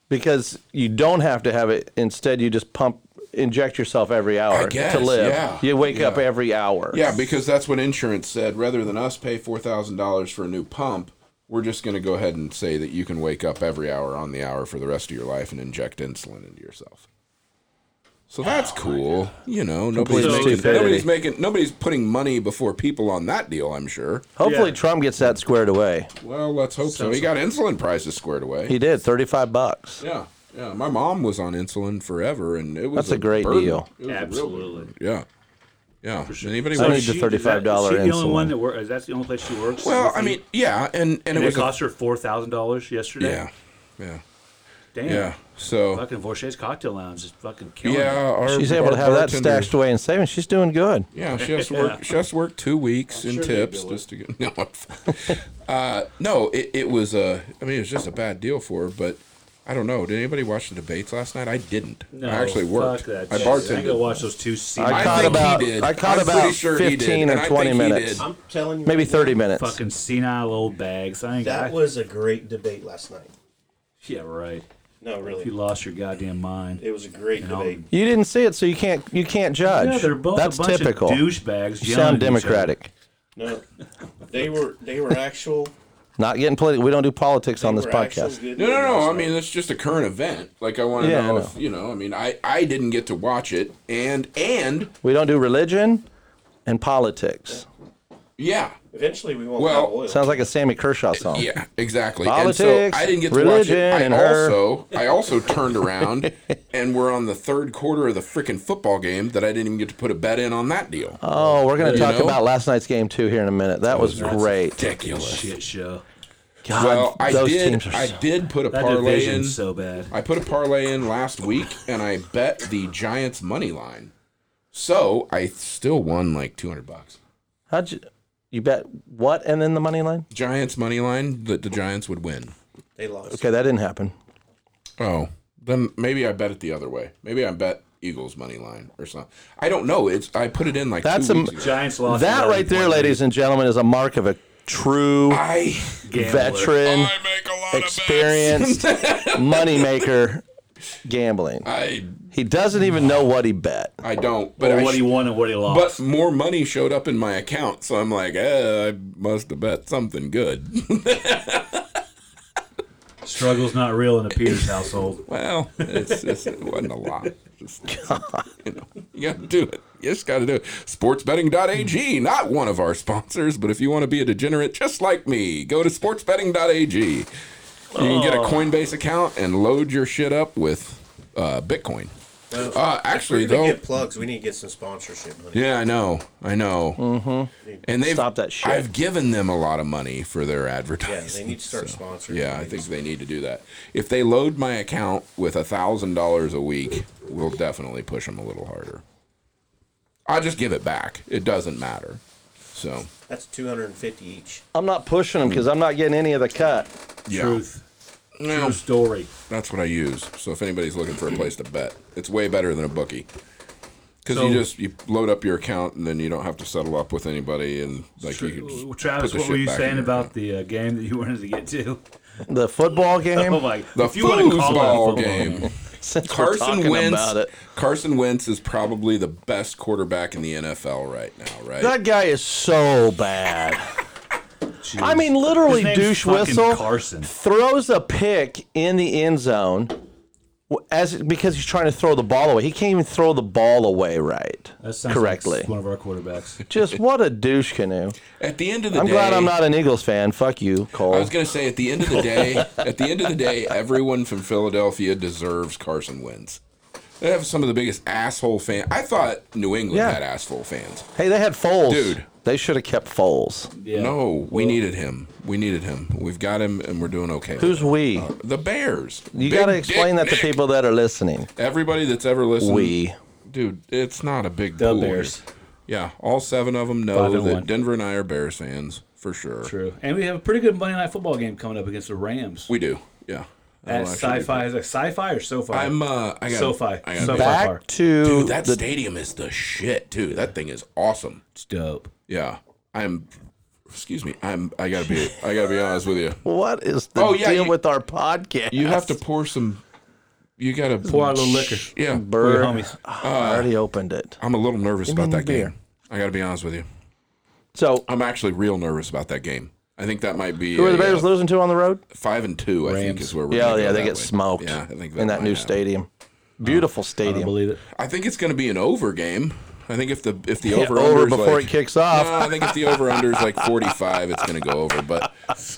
because you don't have to have it. Instead, you just pump, inject yourself every hour guess, to live. yeah, You wake up yeah. every hour. Yeah, because that's what insurance said. Rather than us pay four thousand dollars for a new pump, we're just going to go ahead and say that you can wake up every hour on the hour for the rest of your life and inject insulin into yourself. So that's cool. You know, nobody's Complete making, stupidity. nobody's making nobody's putting money before people on that deal. I'm sure. Hopefully, Yeah. Trump gets that squared away. Well, let's hope so. He got insulin prices squared away. He did thirty-five bucks. yeah, yeah. My mom was on insulin forever, and it was That's a great burden. deal. It was a real Absolutely. burden. yeah, yeah. Anybody I want- need the $35 Is she the only insulin. one that works? That's the only place she works. Well, With I you? mean, yeah, and and, and it it was a- cost her four thousand dollars yesterday. yeah, yeah. Damn. Yeah. So Fucking Vorshay's cocktail lounge is fucking killing. yeah, it. our, She's able to our have that bartender- stashed away in savings. She's doing good. Yeah, she has to work. She has to work two weeks in sure they tips do it. just to get. No, I'm- uh, no. It, it was a. I mean, it was just a bad deal for her. But I don't know. Did anybody watch the debates last night? I didn't. No, I actually worked. Fuck that I shit. I gotta bartended. watch those two seasons. I caught think he about did. I caught I'm pretty about sure he did, fifteen and or I twenty think he minutes, did. I'm telling you, maybe right now, thirty minutes. fucking senile old bags. I ain't That got. was a great debate last night. yeah, right. No, You really, lost your goddamn mind. it was a great all- debate. You didn't see it, so you can't you can't judge. Yeah, they're both That's a bunch typical. of douchebags. you sound yelling at each other. democratic. No, they were they were actual Not getting political. We don't do politics on this We're actual podcast. good No, no, neighbors. no. I mean, it's just a current event. Like I want to Yeah, I know know. if you know. I mean, I I didn't get to watch it, and and We don't do religion and politics. yeah, Eventually, we won't Well- have oil. Sounds like a Sammy Kershaw song. yeah, exactly. and Oh. Politics, so I didn't get to religion, watch it. I and her. also I also turned around, and we're on the third quarter of the freaking football game that I didn't even get to put a bet in on that deal. Oh, we're going to You talk know? about last night's game too here in a minute. That was great. Ridiculous. Shit show. God, Well, I those did. teams are I so- did put a That parlay in. division's so bad. I put a parlay in last week, and I bet the Giants money line. So I still won like two hundred bucks. How'd you you bet what and then the money line? Giants money line that the Giants would win. they lost. Okay, that didn't happen. Oh, then maybe I bet it the other way. Maybe I bet Eagles money line or something. I don't know. It's I put it in like That's two a- weeks ago. Giants lost. that 11 right there, point ladies and gentlemen, is a mark of a true I gambler. veteran make a lot experienced moneymaker gambling. I He doesn't even know what he bet. I don't. But But I what he sh- won and what he but lost. more money showed up in my account, so I'm like, eh, I must have bet something good. Struggle's not real in the Peters household. Well, it's, it's, it wasn't a lot. Just, you, know, you got to do it. You just got to do it. Sportsbetting.ag, not one of our sponsors, but if you want to be a degenerate just like me, go to sportsbetting.ag. You can Oh. get a Coinbase account and load your shit up with uh, Bitcoin. Well, Uh, actually, if we though, get plugs. We need to get some sponsorship money. yeah, I know, I know. Mm-hmm. And they've Stop that shit. I've given them a lot of money for their Yeah, advertising. they need to start sponsoring. Yeah, I think they need to do that. If they load my account with a thousand dollars a week, we'll definitely push them a little harder. I just give it back. It doesn't matter. So that's 250 each. I'm not pushing him because I'm not getting any of the cut. yeah, Truth. Well, True story. that's what I use. So if anybody's looking for a place to bet, it's way better than a bookie. Because So- you just you load up your account and then you don't have to settle up with anybody and like you can just put Travis, the what shit were you back in saying your about account. the uh, game that you wanted to get to? The football game. Oh my! the if you want to call it a football football game? Since we're Carson talking Wentz. about it, Carson Wentz is probably the best quarterback in the NFL right now, right? that guy is so bad. Jeez. I mean, His literally, name's douche fucking whistle Carson. throws a pick in the end zone w- as because he's trying to throw the ball away. He can't even throw the ball away right That sounds correctly. Like one of our quarterbacks. Just what a douche canoe. At the end of the I'm day, glad I'm not an Eagles fan. Fuck you, Cole. I was gonna say at the end of the day, at the end of the day, everyone from Philadelphia deserves Carson Wentz. They have some of the biggest asshole fans. I thought New England Yeah. had asshole fans. hey, they had Foles. Dude. They should have kept Foles. Yeah. No, we needed him. We needed him. We've got him, and we're doing okay. Who's we? the Bears? You Big got to explain dick that to Nick. people that are listening. Everybody that's ever listened, We. dude, it's not a big The pool. Bears. Yeah, all seven of them know Five and that one. Denver and I are Bears fans for sure. True. And we have a pretty good Monday night football game coming up against the Rams. We do. Yeah. At That'll actually be sci-fi, is it sci-fi or SoFi? I'm uh I got SoFi. I got SoFi. Back far. to Dude, that the stadium is the shit too. That thing is awesome. it's dope. Yeah. I'm excuse me. I'm I got to be I got to be honest with you. what is the Oh, yeah, deal you- with our podcast? You have to pour some you got to Pour out a little liquor. Yeah. For your Bird. homies. uh, I already opened it. I'm a little nervous about me that beer. game. I got to be honest with you. So, I'm actually real nervous about that game. I think that might be who are the a, Bears uh, losing to on the road? 5 and 2 I think Rams. is where we're Yeah, gonna yeah, go they that get way. smoked. Yeah, I think in that might new happen. stadium. Beautiful I don't stadium. believe it. I think it's going to be an over game. I think if the if the Yeah, over over under's before like- it kicks off. No, I think if the over under is like forty five, it's going to go over. But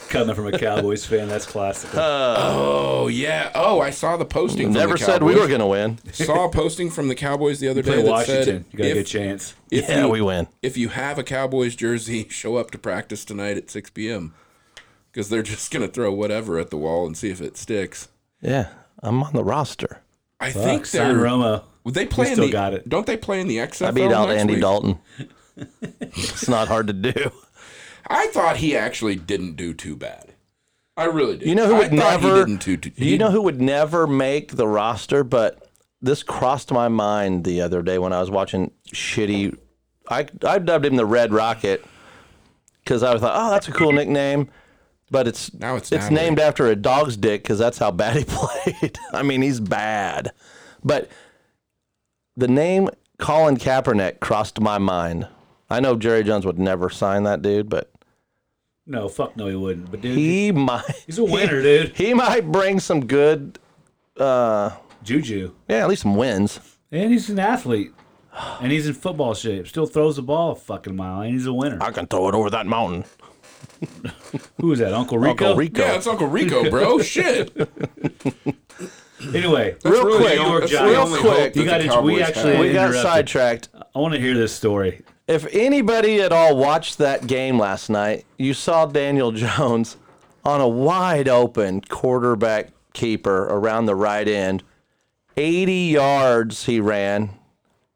Coming from a Cowboys fan, that's classic. oh yeah, oh I saw the posting. From Never the said we were Cowboys. going to win. Saw a posting from the Cowboys the other Play day that Washington. said You got a if, good chance. if Yeah, you, we win. If you have a Cowboys jersey, show up to practice tonight at six p.m. because they're just going to throw whatever at the wall and see if it sticks. Yeah, I'm on the roster. I Fuck, think sign they're. Romo. Would they play in still the? got it. Don't they play in the XFL? I beat out next Andy week? Dalton. it's not hard to do. I thought he actually didn't do too bad. I really did. You know who I would thought never? He didn't do too, he- you know who would never make the roster? But this crossed my mind the other day when I was watching shitty. I I dubbed him the Red Rocket because I thought, oh, that's a cool nickname. But it's Now it's it's Natalie. named after a dog's dick because that's how bad he played. I mean, he's bad. But the name Colin Kaepernick crossed my mind. I know Jerry Jones would never sign that dude, but No, fuck no, he wouldn't. But dude, He might. he's a winner, dude. He might bring some good, Juju, yeah, at least some wins. and he's an athlete, and he's in football shape. Still throws the ball a fucking mile, and he's a winner. I can throw it over that mountain. Who is that, Uncle Rico? Uncle Rico. Yeah, it's Uncle Rico, bro. Shit. Anyway, Real really quick, the only- that's the real only quick. hope that You got the it. We Cowboys actually- have. we got Interrupted. sidetracked. I want to hear this story. If anybody at all watched that game last night, you saw Daniel Jones on a wide open quarterback keeper around the right end. 80 yards he ran.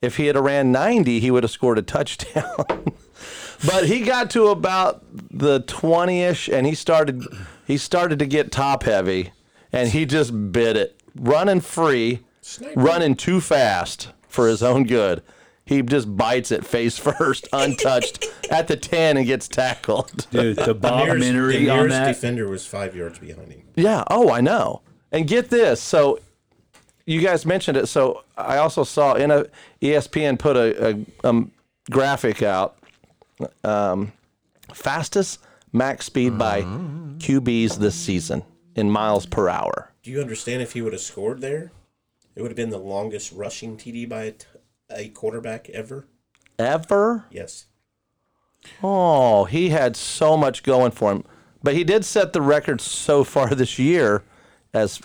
If he had ran 90, he would have scored a touchdown. but he got to about the 20ish and he started he started to get top heavy and he just bit it. Running free, running too fast for his own good. He just bites it face first, untouched at the 10 and gets tackled. Dude, the Bob Nearest- the Minery on nearest that. defender was five yards behind him. Yeah. Oh, I know. And get this. So you guys mentioned it. So I also saw in a ESPN put a, a um, graphic out. Um, fastest max speed by QBs this season in miles per hour. Do you understand if he would have scored there? It would have been the longest rushing TD by a, t- a quarterback ever. Ever? Yes. Oh, he had so much going for him. But he did set the record so far this year as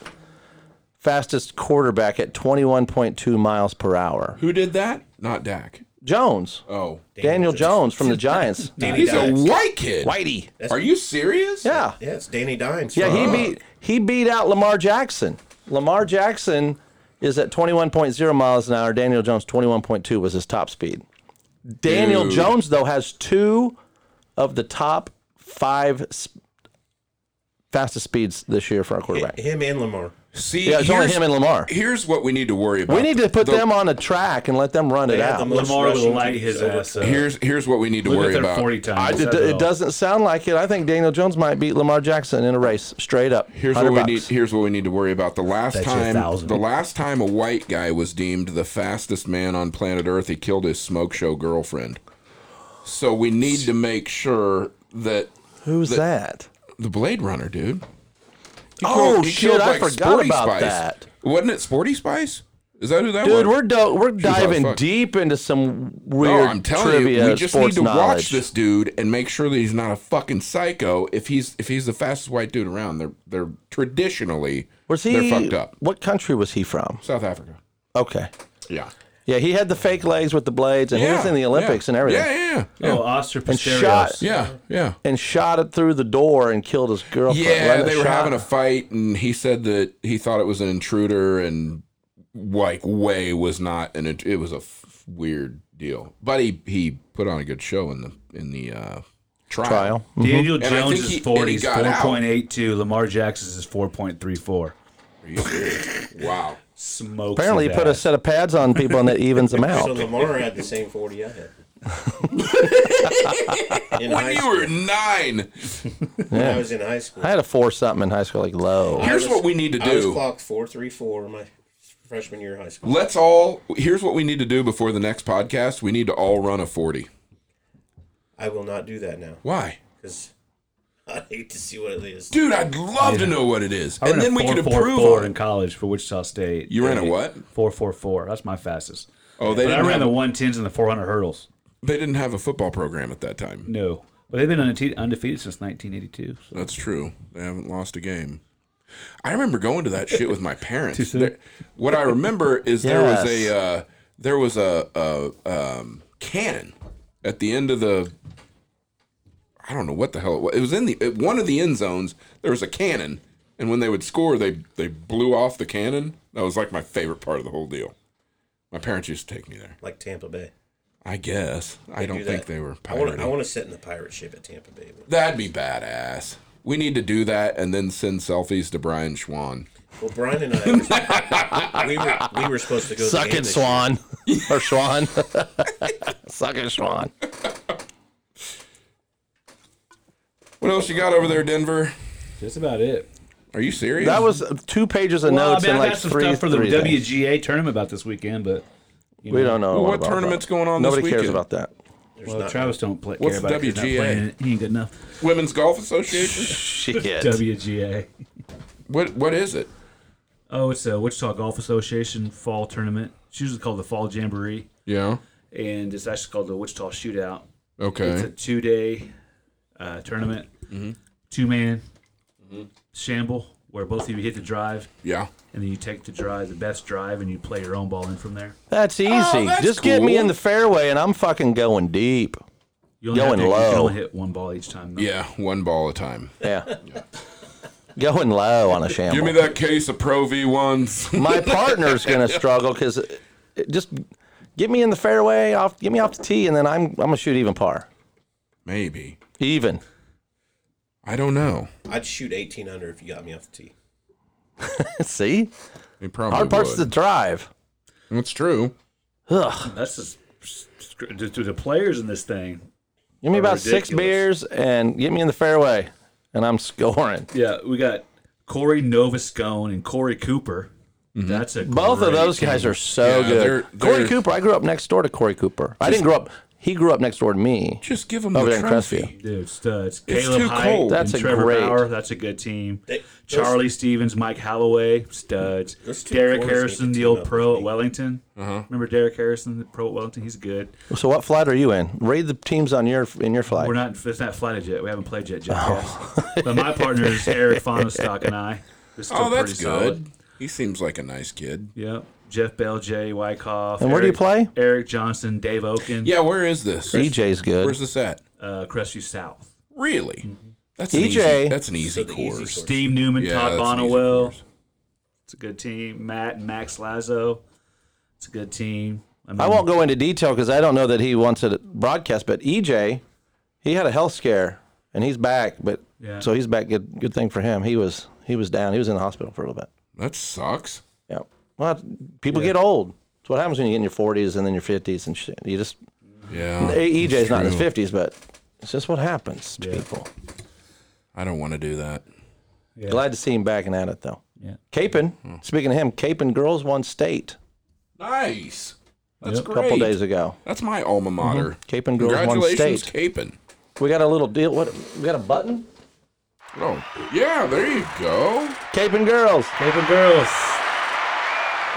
fastest quarterback at 21.2 miles per hour. Who did that? Not Dak. Jones. Oh. Daniel Jones from the Giants. Danny He's a Dimes. white kid. Whitey. Are you serious? Yeah. Yeah, it's Danny Dimes. Yeah, he Fuck. beat he beat out Lamar Jackson. Lamar Jackson is at 21.0 miles an hour. Daniel Jones 21.2 was his top speed. Daniel Dude. Jones though has two of the top 5 s- fastest speeds this year for our quarterback. him and Lamar. See, Yeah, it's only here's- him and Lamar. Here's what we need to worry about. We need to put The- them on a track and let them run it had out. the most Lamar will rushing light TDs his ever. ass up. Here's here's what we need to Look worry at their about. forty times. it, That's it all. doesn't sound like it. I think Daniel Jones might beat Lamar Jackson in a race straight up. Here's 100 what we bucks. need. Here's what we need to worry about. The last Bet you a time, thousand. the last time a white guy was deemed the fastest man on planet Earth, he killed his smoke show girlfriend. So we need to make sure that Who's that? the Blade Runner, dude. He Oh, he shit, I forgot about Spice. that. Wasn't it Sporty Spice? Is that who that was? Dude, we're do- we're hot as diving fuck. deep into some No, weird I'm telling trivia. you, we just need sports to knowledge. watch this dude and make sure that he's not a fucking psycho. If he's if he's the fastest white dude around, they're they're traditionally Was he? they're fucked up. What country was he from? South Africa. Okay, Yeah. yeah, he had the fake legs with the blades, and he was in the Olympics yeah. and everything, Yeah, yeah, yeah. Oh, Oscar shot. Pistorius. Yeah, yeah. and shot it through the door and killed his girlfriend. Yeah, Wasn't it they were shot? having a fight, and he said that he thought it was an intruder, and like way was not an. int- It was a f- weird deal, but he he put on a good show in the in the uh, trial. trial. Daniel I think Jones he- is and 40, he he's got out. 4.82. Lamar Jackson is 4.34. Are you serious? wow. Smokes Apparently, he his put a ass. set of pads on people, and that evens them So out. Lamar had the same 40 I had. in high When you school. were nine, When I was in high school. I had a four something in high school, like low. here's I was- what we need to I was do. clocked 434 my freshman year of high school. Let's all. Here's what we need to do before the next podcast. We need to all run a forty. I will not do that now Why? because I hate to see what it is. Dude, I'd love to know what it is, I and ran a then we could 4.44 approve on in it. college for Wichita State. You ran a what? 4.44. That's my fastest. Oh, they But I didn't, ran have, the 110s and the 400 hurdles. they didn't have a football program at that time. No. But they've been unde- undefeated since 1982. So. That's true. They haven't lost a game. I remember going to that shit with my parents. soon? There- what I remember is there was Yes. a uh, there was a, a um, cannon at the end of the. I don't know what the hell it was. It was in the at one of the end zones. There was a cannon, and when they would score, they they blew off the cannon. That was like my favorite part of the whole deal. My parents used to take me there. Like Tampa Bay. I guess I don't do think that. they were. I want to. I pirating. want to sit in the pirate ship at Tampa Bay. That'd be badass. We need to do that and then send selfies to Brian Schwann. Well, Brian and I, we were we were supposed to go. to the Suck game it, this Swan or Swan. Suck it, Swan. What else you got over there, Denver? That's about it. Are you serious? That was two pages of Well, I notes mean, I and like got some three. stuff for the three things. WGA tournament about this weekend, but We don't know Well, what what about tournament's that. going on this Nobody cares weekend? about that. There's Well, not Travis don't play, What's care the about it 'cause he's WGA? not playing it. He ain't good enough. Women's Golf Association. Shit. WGA. What what is it? Oh, it's the Wichita Golf Association Fall Tournament. It's usually called the Fall Jamboree, Yeah. and it's actually called the Wichita Shootout. It's a Okay. two day uh, tournament, Mm-hmm. two man shamble, where both of you hit the drive, Yeah. and then you take the drive, the best drive, and you play your own ball in from there. That's easy. Oh, that's Just get me cool. in the fairway and I'm fucking going deep. You only have Going to- You low. can only hit one ball each time. though. Yeah. One ball at a time. Yeah. Going low on a shamble. Give me that case of Pro V ones. my partner's going to struggle because just get me in the fairway, off, get me off the tee, and then I'm I'm gonna shoot even par, Maybe. even. I don't know. I'd shoot 18 under if you got me off the tee. See, They probably hard part's the would. drive. That's true. Ugh. That's just to, to the players in this thing. Give me Are about six beers ridiculous. and get me in the fairway, and I'm scoring. Yeah, we got Corey Novascone and Corey Cooper. Mm-hmm. That's a Both great of those guys are so Yeah, good. they're- Corey they're- Cooper, I grew up next door to Corey Cooper. I didn't grow up. He grew up next door to me. Just give them Over the there Oh, in trophy. Crestview. Dude, it's, uh, it's It's Caleb too Height cold. and That's a Trevor great- Bauer. That's a good team. They- Charlie Stevens, Mike Halloway, studs. Those two Derek corners Harrison, need to the team old up pro with at me. Wellington. Uh-huh. Remember Derek Harrison, the pro at Wellington? He's good. So what flight are you in? Raid the teams on your in your flight. We're not. It's not flighted yet. We haven't played yet, Jeff. Oh. but my partner is Eric Fonostock and I. We're still Oh, that's pretty good. solid. He seems like a nice kid. Yep. Jeff Bell, Jay Wyckoff. And where do you Eric- play? Eric Johnson, Dave Oken, Yeah, where is this? EJ's E good. Where's this at? uh, Crestview South. Really? That's an EJ. easy, that's an easy So the easy course. course. Steve Newman, Yeah, Todd that's an easy Bonnewell. course. It's a good team. Matt and Max Lazo. It's a good team. I, mean, I won't go into detail because I don't know that he wants it broadcast. But EJ, he had a health scare and he's back. But Yeah. so he's back. Good, good thing for him. He was he was down. He was in the hospital for a little bit. That sucks. Yeah. Well, people get old. It's what happens when you get in your 40s and then your 50s and shit. You just Yeah. E- EJ's not in true. his 50s, but it's just what happens to people. I don't want to do that. Glad to see him back and at it though. Yeah. Capon. Mm-hmm. Speaking of him, Capon girls won state Nice. That's a great. couple days Mm-hmm. ago. That's my alma mater. Capon girls won Congratulations, state. Capon. We got a little deal. What? We got a button. Oh, yeah, there you go. Capon girls. Paper girls.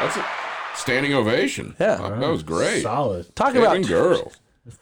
That's a standing ovation. Yeah. Uh, that was great. Solid. Talk Capon about girl. Twelve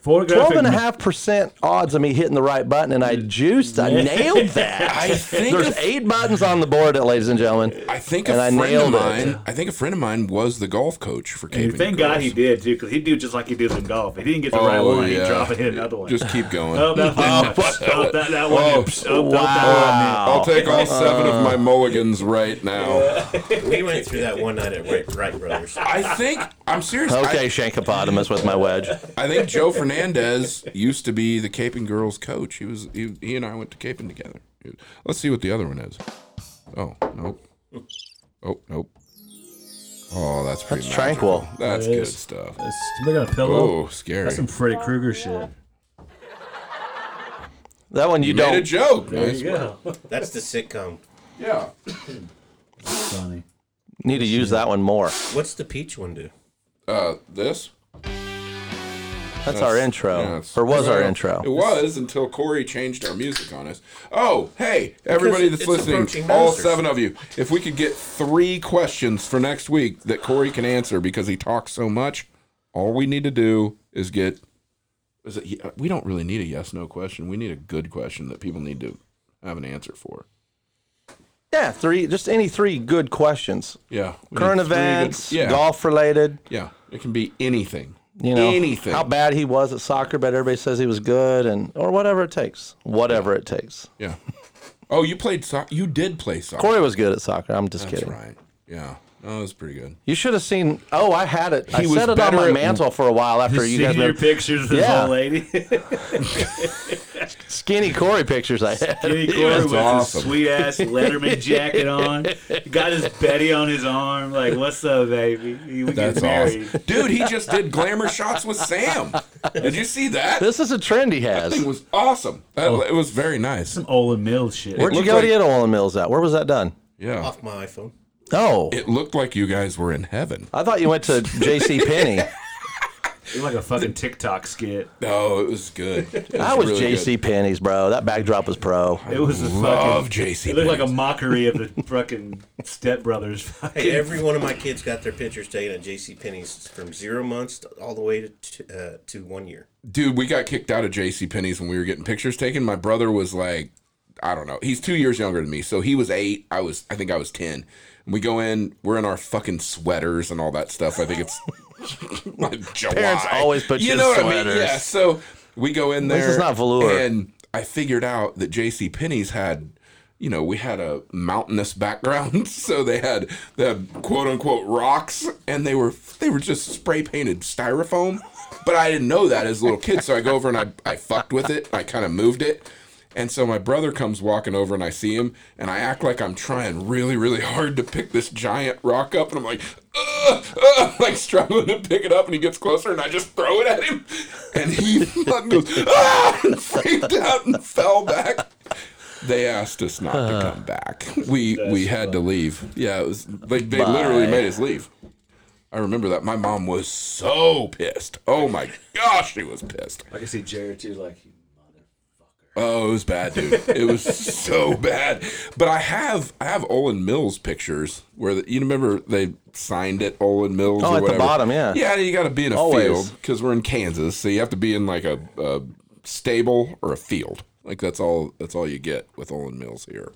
Photographic and a half percent odds of me hitting the right button, and I juiced. I nailed that. I think There's a- eight buttons on the board, ladies and gentlemen. I think and a I friend of nailed it. mine. I think a friend of mine was the golf coach for Cape. And thank God he did too, because he'd do just like he did in golf. If he didn't get the Oh, right one, yeah. he'd drop and hit another one. Just keep going. oh, that one. Oh, that, that one. Oh, Oh, that I'll take all seven of my mulligans right now. We went through that one night at Wright, Wright Brothers. I think I'm serious. Okay, Shankopotamus with my wedge. I, I think Joe Fernandez used to be the Caping girls coach. He was he, he and I went to Caping together. Let's see what the other one is. Oh nope. Oh nope. Oh, that's pretty. That's magical. tranquil. That's That good is. stuff. one. Look at a pillow. Oh, scary. That's some Freddy Krueger shit. That one you, you don't. made a joke. Nice. Yeah. That's the sitcom. Yeah. Funny. Need to use that one more. What's the peach one do? Uh, this. That's, our intro, Yeah, it's- or was our well, intro? It was until Corey changed our music on us. Oh, hey, everybody Because that's it's listening, approaching all Masters. seven of you, if we could get three questions for next week that Corey can answer because he talks so much, all we need to do is get. Is it, yeah, we don't really need a yes no question. We need a good question that people need to have an answer for. Yeah, three. Just any three good questions. Yeah. we need Current three good- events, yeah. golf related. Yeah. It can be anything. You know, anything. How bad he was at soccer, but everybody says he was good, and or whatever it takes. Whatever it takes. Yeah. Oh, you played soccer. You did play soccer. Corey was good at soccer. I'm just That's kidding. right. Yeah. That was pretty good. You should have seen. Oh, I had it. I He was set it on better my at- mantle for a while after you guys. your Made pictures of this Yeah. old lady. skinny Corey pictures I had. Kenny Gore with awesome. his sweet ass Letterman jacket on. Got his Betty on his arm. Like, what's up, baby? We get That's married. awesome. Dude, he just did glamour shots with Sam. Did you see that? This This Oh. is a trend he thing has. was awesome. That, It was very nice. Some Olin Mills shit. Where'd you looked go to like- get Olin Mills at? Where was that done? Yeah. Off my iPhone. Oh, It looked like you guys were in heaven. I thought you went to J.C. Penney. It's like a fucking TikTok skit. No, Oh, it was good. It I was really JC Penney's, bro. That backdrop was pro. It was a good. Love fucking. JC. It looked like a mockery of the fucking Step Brothers. Fucking. Hey, every one of my kids got their pictures taken at J.C. Penney's from zero months to, all the way to t- uh, to one year. dude, we got kicked out of JC Penney's when we were getting pictures taken. My brother was like, I don't know. He's two years younger than me. So he was eight. I was I think I was ten. And we go in, we're in our fucking sweaters and all that stuff. I think it's like July. Parents always put you in sweaters. Yeah. So we go in there. least it's not velour. And I figured out that JC Penney's had you know, we had a mountainous background, so they had the quote unquote rocks, and they were they were just spray painted styrofoam. But I didn't know that as a little kid, so I go over and I, I fucked with it. I kind of moved it, and so my brother comes walking over, and I see him, and I act like I'm trying really really hard to pick this giant rock up, and I'm like. "Ugh, ugh," like struggling to pick it up, and he gets closer, and I just throw it at him, and he fucking goes ah, and freaked out and fell back they asked us not to come back. We we had to leave. Yeah, it was like they literally made us leave. I remember that. My mom was so pissed. Oh my gosh, she was pissed. I can see Jared too. Like, you motherfucker. Oh, it was bad, dude. It was so bad. But I have I have Olin Mills pictures where the, you remember they signed it Olin Mills. Oh, or at the whatever. bottom, yeah. Yeah, you got to be in a Always. field because we're in Kansas, so you have to be in like a, a stable or a field. Like that's all that's all you get with Olin Mills here.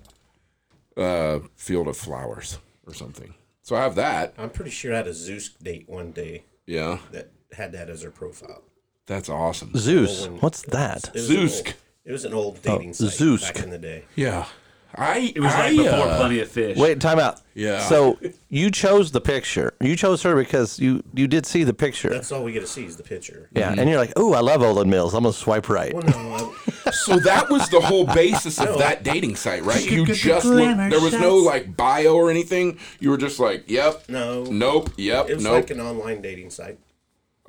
Uh, field of flowers or something. So I have that. I'm pretty sure I had a Zeus date one day Yeah, that had that as her profile. that's awesome. Oh, Zeus. What's that? It was an Zeusk. old- It was an old Oh, dating site Zeusk. back in the day. Yeah, I It was I, like before uh, Plenty of Fish. Wait, time out. Yeah. So you chose the picture. You chose her because you you did see the picture. That's Mhm. all we get to see is the picture. yeah. And you're like, oh, I love Olin Mills. I'm gonna swipe right. Well, no, I, So that was the whole basis of that dating site, right? You get the just looked, glamour there was no shots. like bio or anything. You were just like, yep, No. nope, yep, it was nope. like an online dating site.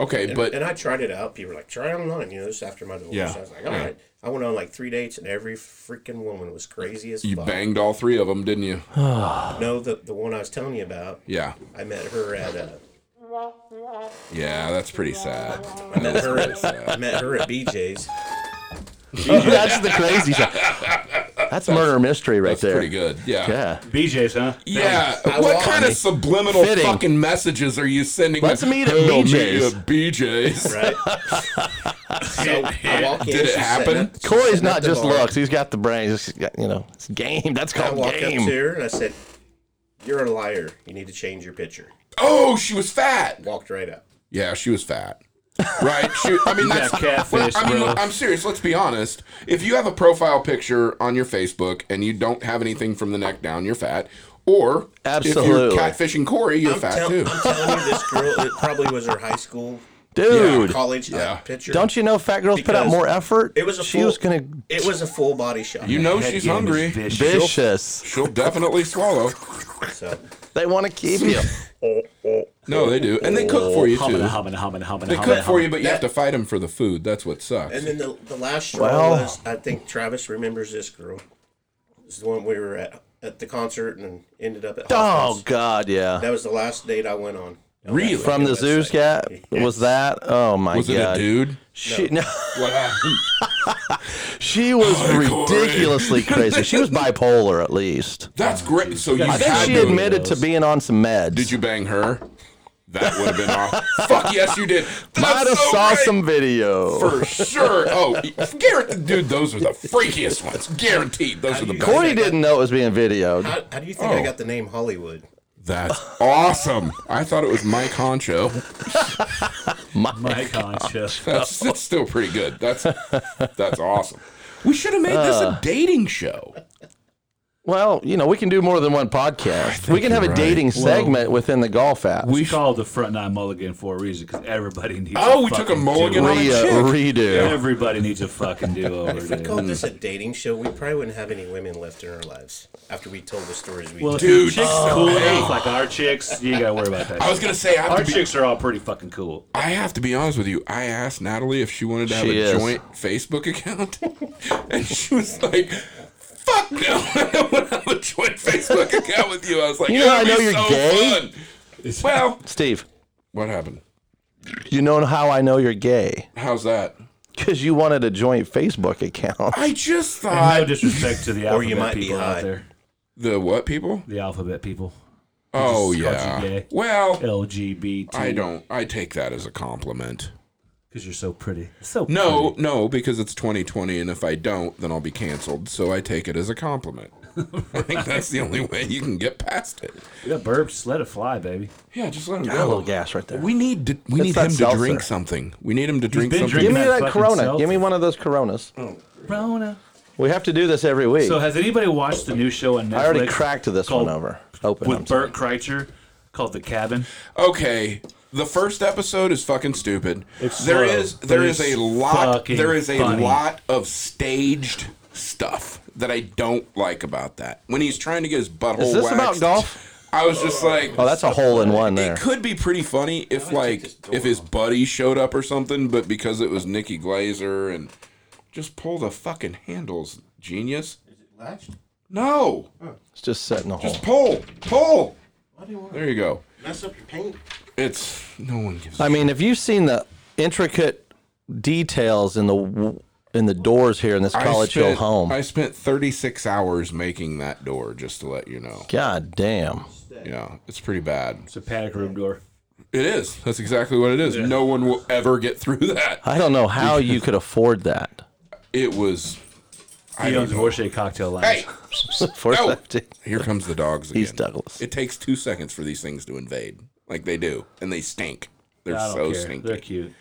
okay, And, but and I tried it out. People were like, try it online. You know, this is after my divorce. Yeah. I was like, all Yeah. right. I went on like three dates, and every freaking woman was crazy as you fuck. banged all three of them, didn't you? No, the, the one I was telling you about, Yeah, I met her at uh, yeah, that's pretty sad. I met her at, uh, I met her at BJ's. that's the crazy shot. That's murder mystery right That's there. pretty good. Yeah. Yeah. BJ's, huh? Yeah, I what want kind of me. subliminal Fitting. fucking messages are you sending? Let's with, meet at "Hey, I'll BJ's." at BJ's. right? so I walk in. Did it she's happen? setting up- she's Corey's setting up not the just bar. looks; he's got the brains. He's got, you know, it's game. That's I called walked up to game. her and I said, "You're a liar. You need to change your picture." Oh, she was fat. Walked right up. Yeah, she was fat. Right? She, I mean, that's got catfish, I mean, bro. I'm serious. Let's be honest. If you have a profile picture on your Facebook and you don't have anything from the neck down, you're fat. Or if Absolutely. you're catfishing Corey, you're I'm, fat tell- too. I'm telling you, this girl. It probably was her high school, Dude, college type Yeah. picture. don't you know fat girls put out Because more effort? It was a. she full, was gonna It was a full body shot. You know That Oh, she's game is hungry. vicious. vicious. She'll definitely swallow. So They want to keep you. Oh, No, they do, and they Oh, cook for you Humming, too. humming, humming, humming, They humming, cook for humming. you, but you have to fight them for the food. That's what sucks. And then the, the last straw Well- was I think Travis remembers this girl. This is the one we were at at the concert and ended up at. Oh Hoffman's. God, yeah. That was the last date I went on. Really? From the zoos, yeah. Was that? Oh my Was it a God. dude? She no, What happened? she was Hi, Corey. ridiculously crazy. She was bipolar, at least. That's great. So you I think had she to- admitted to being on some meds. Did you bang her? That would have been off. Fuck yes, you did. That's Might have so saw great. some video. for sure. Oh, guaranteed, dude, those are the freakiest ones. Guaranteed, those are the best. Corey didn't know it was being videoed. How, how do you think I got the name Hollywood? That's awesome. I thought it was Mike Honcho. My conscience. That's, that's still pretty good. That's that's awesome. We should have made this a dating show. Well, you know, we can do more than one podcast. We can have a you're right. dating segment within the golf app. We called the front nine mulligan for a reason because everybody needs. Oh, we took a fucking mulligan do- on Re- uh, chick. redo. Everybody needs a fucking do over. If we dude. called this a dating show, we probably wouldn't have any women left in our lives after we told the stories we Well, told. if your Dude. chicks cool enough, like our chicks, you ain't gotta worry about that. I was gonna say I our have, to be, chicks are all pretty fucking cool. I have to be honest with you. I asked Natalie if she wanted to have She a is. joint Facebook account, and she was like. Fuck no! I don't want to have a joint Facebook account with you. I was like, You know "It I would know be you're so gay." Fun. Well, Steve, what happened? you Do you know how I know you're gay? How's that? Because you wanted a joint Facebook account. I just No thought disrespect to the Or you alphabet might be people high. out there. the what people? The alphabet people. Oh just called you yeah. gay. Well, LGBT. I don't. I take that as a compliment. Because you're so pretty. So No, no, because it's 2020, and if I don't, then I'll be canceled. So I take it as a compliment. I think that's the only way you can get past it. pretty. You got burps. Let it fly, baby. Yeah, just let him Got a little go. gas right there. We need to, we That's need that him to seltzer. drink something. We need him to drink been something. Give me drinking that Fucking Corona. seltzer. Give me one of those Coronas. Rona. We have to do this every week. So has anybody watched the new show on Netflix? I already cracked this called- one over. Open. with I'm sorry. Bert Kreischer called The Cabin. okay the first episode is fucking stupid It's there slow, is but there is it's a lot fucking there is a funny. lot of staged stuff that i don't like about that when he's trying to get his butthole Is this about waxed, golf? i was just like Oh, that's a hole in one there. it could be pretty funny if like if his buddy showed up or something but because it was nikki glazer and just pull the fucking handles genius Latched? no It's just set in a hole. just pull pull Why do you want to there you go mess up your paint? it's no one gives I mean, if you've seen the intricate details in the w- in the doors here in this College spent, Hill home, I spent 36 hours making that door, just to let you know. god damn. Yeah, it's pretty bad. It's a panic room door. It is. That's exactly what it is. No one will ever get through that. I don't know how you could afford that. It was. I He don't owns know. Rocher Cocktail Lounge. Hey, For No. safety. here comes the dogs again. He's Douglas. It takes two seconds for these things to invade, like they do, and they stink. They're I don't so care. stinky. They're cute.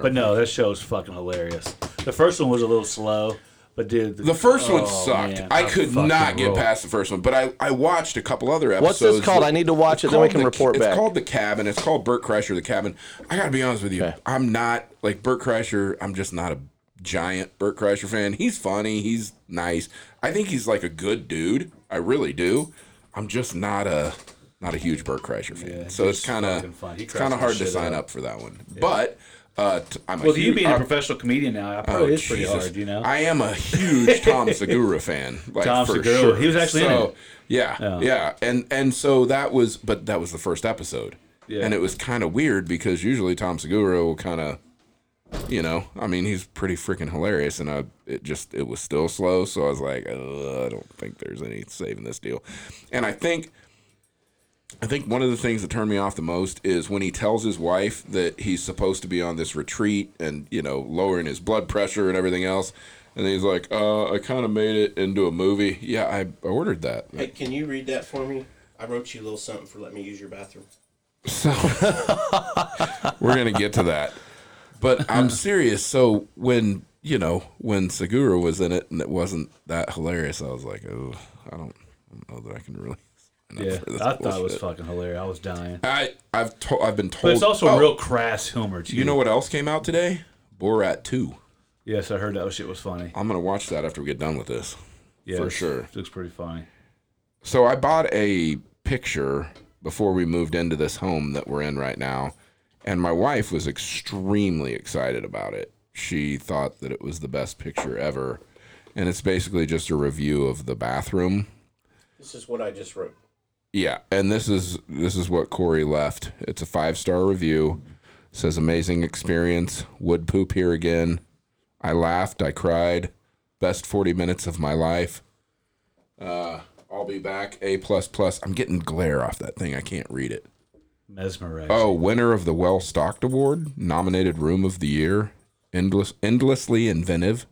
but no, this show's fucking hilarious. The first one was a little slow, but dude, The first oh, one sucked. man, I could fucking not get rule. past the first one, but I, I watched a couple other episodes. What's this called? I need to It's watch it, then we called can the, report it's back. called the cabin. It's called Burt Kreischer the cabin. I gotta be honest with you. Okay. I'm not like Burt Kreischer. I'm just not a giant Burt Kreischer fan. He's funny. He's nice. I think he's like a good dude. I really do. I'm just not a not a huge Burt Kreischer fan. so it's he's kind fucking of fun. He it's kind cracks of hard the to shit sign up. up for that one. But uh, t- I'm a Well, huge, you being a I- professional comedian now, I Oh, probably is pretty Jesus. hard, you know. I am a huge Tom Segura fan. Like, Tom for Segura. sure. He was actually in so, it. Yeah, yeah, Yeah. and and so that was, but that was the first episode, Yeah. and it was kind of weird because usually Tom Segura will kind of, you know, I mean, he's pretty freaking hilarious, and I it just it was still slow, so I was like, "Ugh, I don't think there's any saving this deal, and I think. I think one of the things that turned me off the most is when he tells his wife that he's supposed to be on this retreat and, you know, lowering his blood pressure and everything else. And he's like, uh, I kind of made it into a movie. Yeah, I I ordered that. Hey, can you read that for me? I wrote you a little something for letting me use your bathroom. So we're going to get to that. But I'm serious. So when, you know, when Segura was in it and it wasn't that hilarious, I was like, oh, I don't, I don't know that I can really. sign up yeah, for this I thought it was bullshit. fucking hilarious. I was dying. I, I've, to- I've been told. But it's also Oh, real crass humor too. You know what else came out today? Borat 2. Yes, I heard that shit was funny. I'm gonna watch that after we get done with this. Yeah, for it's- sure. Looks pretty funny. So I bought a picture before we moved into this home that we're in right now, and my wife was extremely excited about it. She thought that it was the best picture ever, and it's basically just a review of the bathroom. This is what I just wrote. Yeah, and this is this is what Corey left. It's a five star review. Says amazing experience. Would poop here again. I laughed. I cried. Best forty minutes of my life. Uh, I'll be back. A plus plus. I'm getting glare off that thing. I can't read it. Mesmerized. Oh, winner of the Well Stocked Award, nominated Room of the Year, endless, endlessly inventive.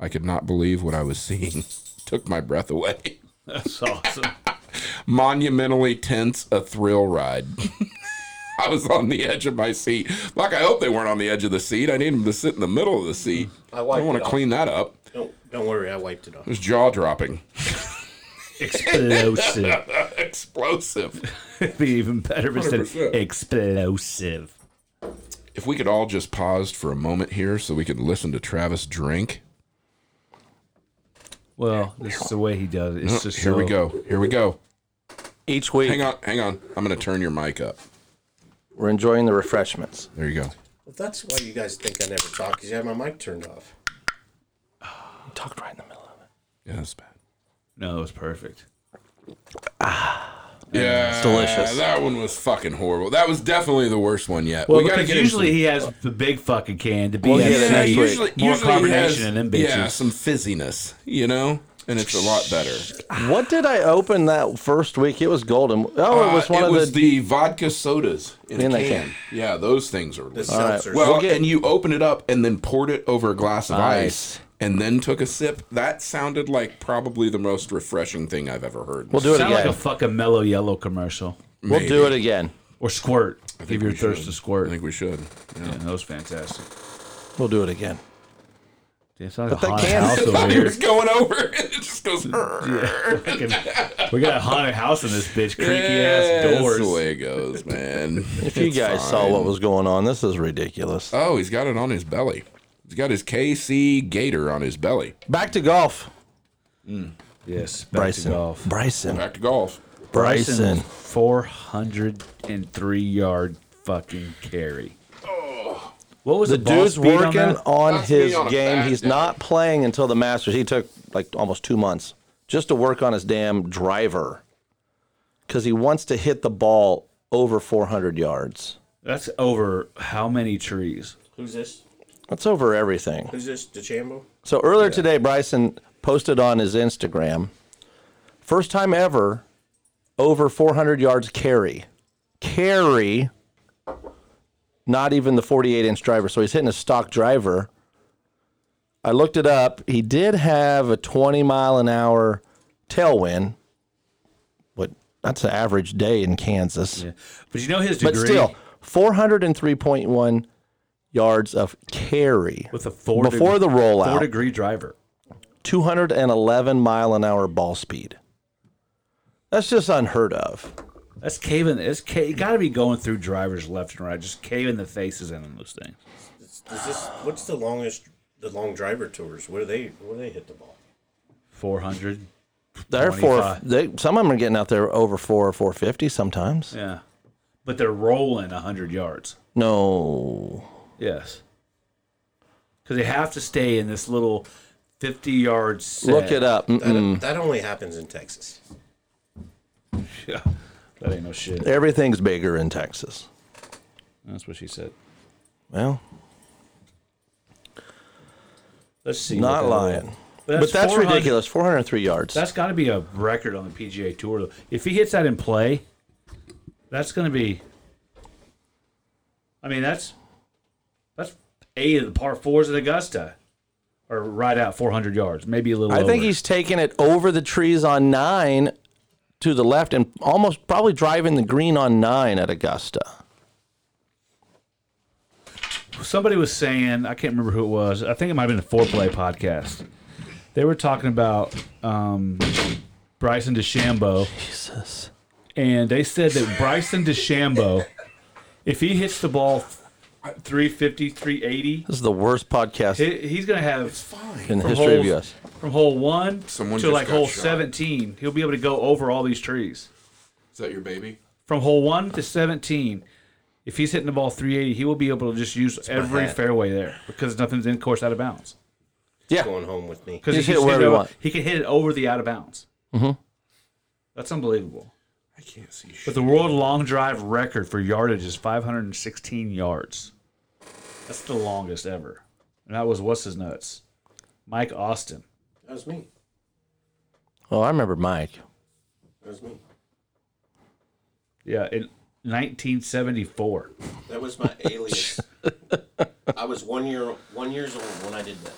I could not believe what I was seeing. Took my breath away. That's awesome. monumentally tense a thrill ride. I was on the edge of my seat. Like I hope they weren't on the edge of the seat. I need them to sit in the middle of the seat. I, Mm. I wiped don't want it to off. clean that up. Don't don't worry, I wiped it It off. was jaw dropping, explosive. explosive. It'd be even better if it said 100%. explosive. If we could all just pause for a moment here so we could listen to Travis drink. Well, this is the way he does it. It's just Uh, here we so- go. Here we go. Each week Hang on, hang on. I'm gonna turn your mic up. we're enjoying the refreshments. There you go. Well, that's why you guys think I never talk, because you have my mic turned off. You talked right in the middle of it. Yeah, that's bad. No, it was perfect. Yeah, delicious. That one was fucking horrible. That was definitely the worst one yet. Well, we gotta because get usually him he has the big fucking can to be We'll some, he had it yeah, next week. usually, more usually he carbonation has, in them bitches. yeah, some fizziness, you know, and it's a lot better. What did I open that first week? It was golden. Oh, it was Uh, one it of was the. the, vodka sodas in, In a the can. can. Yeah, those things are. The Well, seltzer. we'll get- and you open it up and then poured it over a glass of Nice. ice. And then took a sip. That sounded like probably the most refreshing thing I've ever heard. We'll do it Sound like again. a fucking mellow yellow commercial we'll do it again. or squirt. Give your we thirst should. a I squirt. think we should. Yeah. yeah, that was fantastic. We'll do it again. Dude, it's like a that haunted can- house over It here. was going over, and it just goes. "Rrr." Fucking- we got a haunted house in this bitch. Creaky That's ass doors. the way it goes, man. If you guys saw what was going on, this is ridiculous. Oh, he's got it on his belly. He's got his KC Gator on his belly. Back to golf. Yes, back Bryson. to golf. Bryson. Back to golf. Bryson. four hundred and three yard fucking carry. What was the, The ball dude's speed on working on, that? That's me his on a game. bad He's day. not playing until the Masters. He took like almost two months just to work on his damn driver because he wants to hit the ball over 400 yards. That's over how many trees? Who's this? That's over everything. Who's this? DeChambeau? So earlier today, Bryson posted on his Instagram, first time ever, over 400 yards carry. Carry, not even the 48 inch driver. So he's hitting a stock driver. I looked it up. He did have a 20 mile an hour tailwind, but that's an average day in Kansas. Yeah. But you know his degree but still, 403.1 yards of carry with a four before the rollout. four degree driver. 211 mile an hour ball speed. That's just unheard of. That's caving. It's ca- got to be going through drivers left and right, just caving the faces in on those things. Is this what's the longest the long driver tours? Where do they where do they hit the ball? Four hundred. Therefore, 25. they, some of them are getting out there over four or four fifty sometimes. Yeah, but they're rolling hundred yards. No, Yes, because they have to stay in this little fifty yard. Set. look it up. That, Mm-mm. that only happens in Texas. Yeah, that ain't no shit. Everything's bigger in Texas. That's what she said. Well, Let's see. what not that lying, is. but that's 400 ridiculous. Four hundred three yards. That's got to be a record on the PGA Tour. though. If he hits that in play, that's going to be. I mean, that's that's eight of the par fours at Augusta, or right out 400 yards, maybe a little. I think over. he's taking it over the trees on nine to the left and almost probably driving the green on nine at Augusta. somebody was saying I can't remember who it was. I think it might have been the Foreplay podcast. They were talking about um, Bryson DeChambeau. Jesus. And they said that Bryson DeChambeau, if he hits the ball 350, 380, This is the worst podcast he- he's going to have in the from history of holes- U.S. from hole one Someone to just like got hole shot. 17. He'll be able to go over all these trees. Is that your baby? From hole one to 17, if he's hitting the ball 380, he will be able to just use every hat. fairway there because nothing's in course out of bounds. Yeah, Going home with me. Because he, Just can hit hit wherever it you over- want. he can hit it over the out of bounds. That's unbelievable. I can't see But shit. the world long drive record for yardage is 516 yards. That's the longest ever. And that was what's his nuts, Mike Austin. That was me. Oh, I remember Mike. That was me. Yeah, in 1974. That was my alias. I was one year one years old when I did that.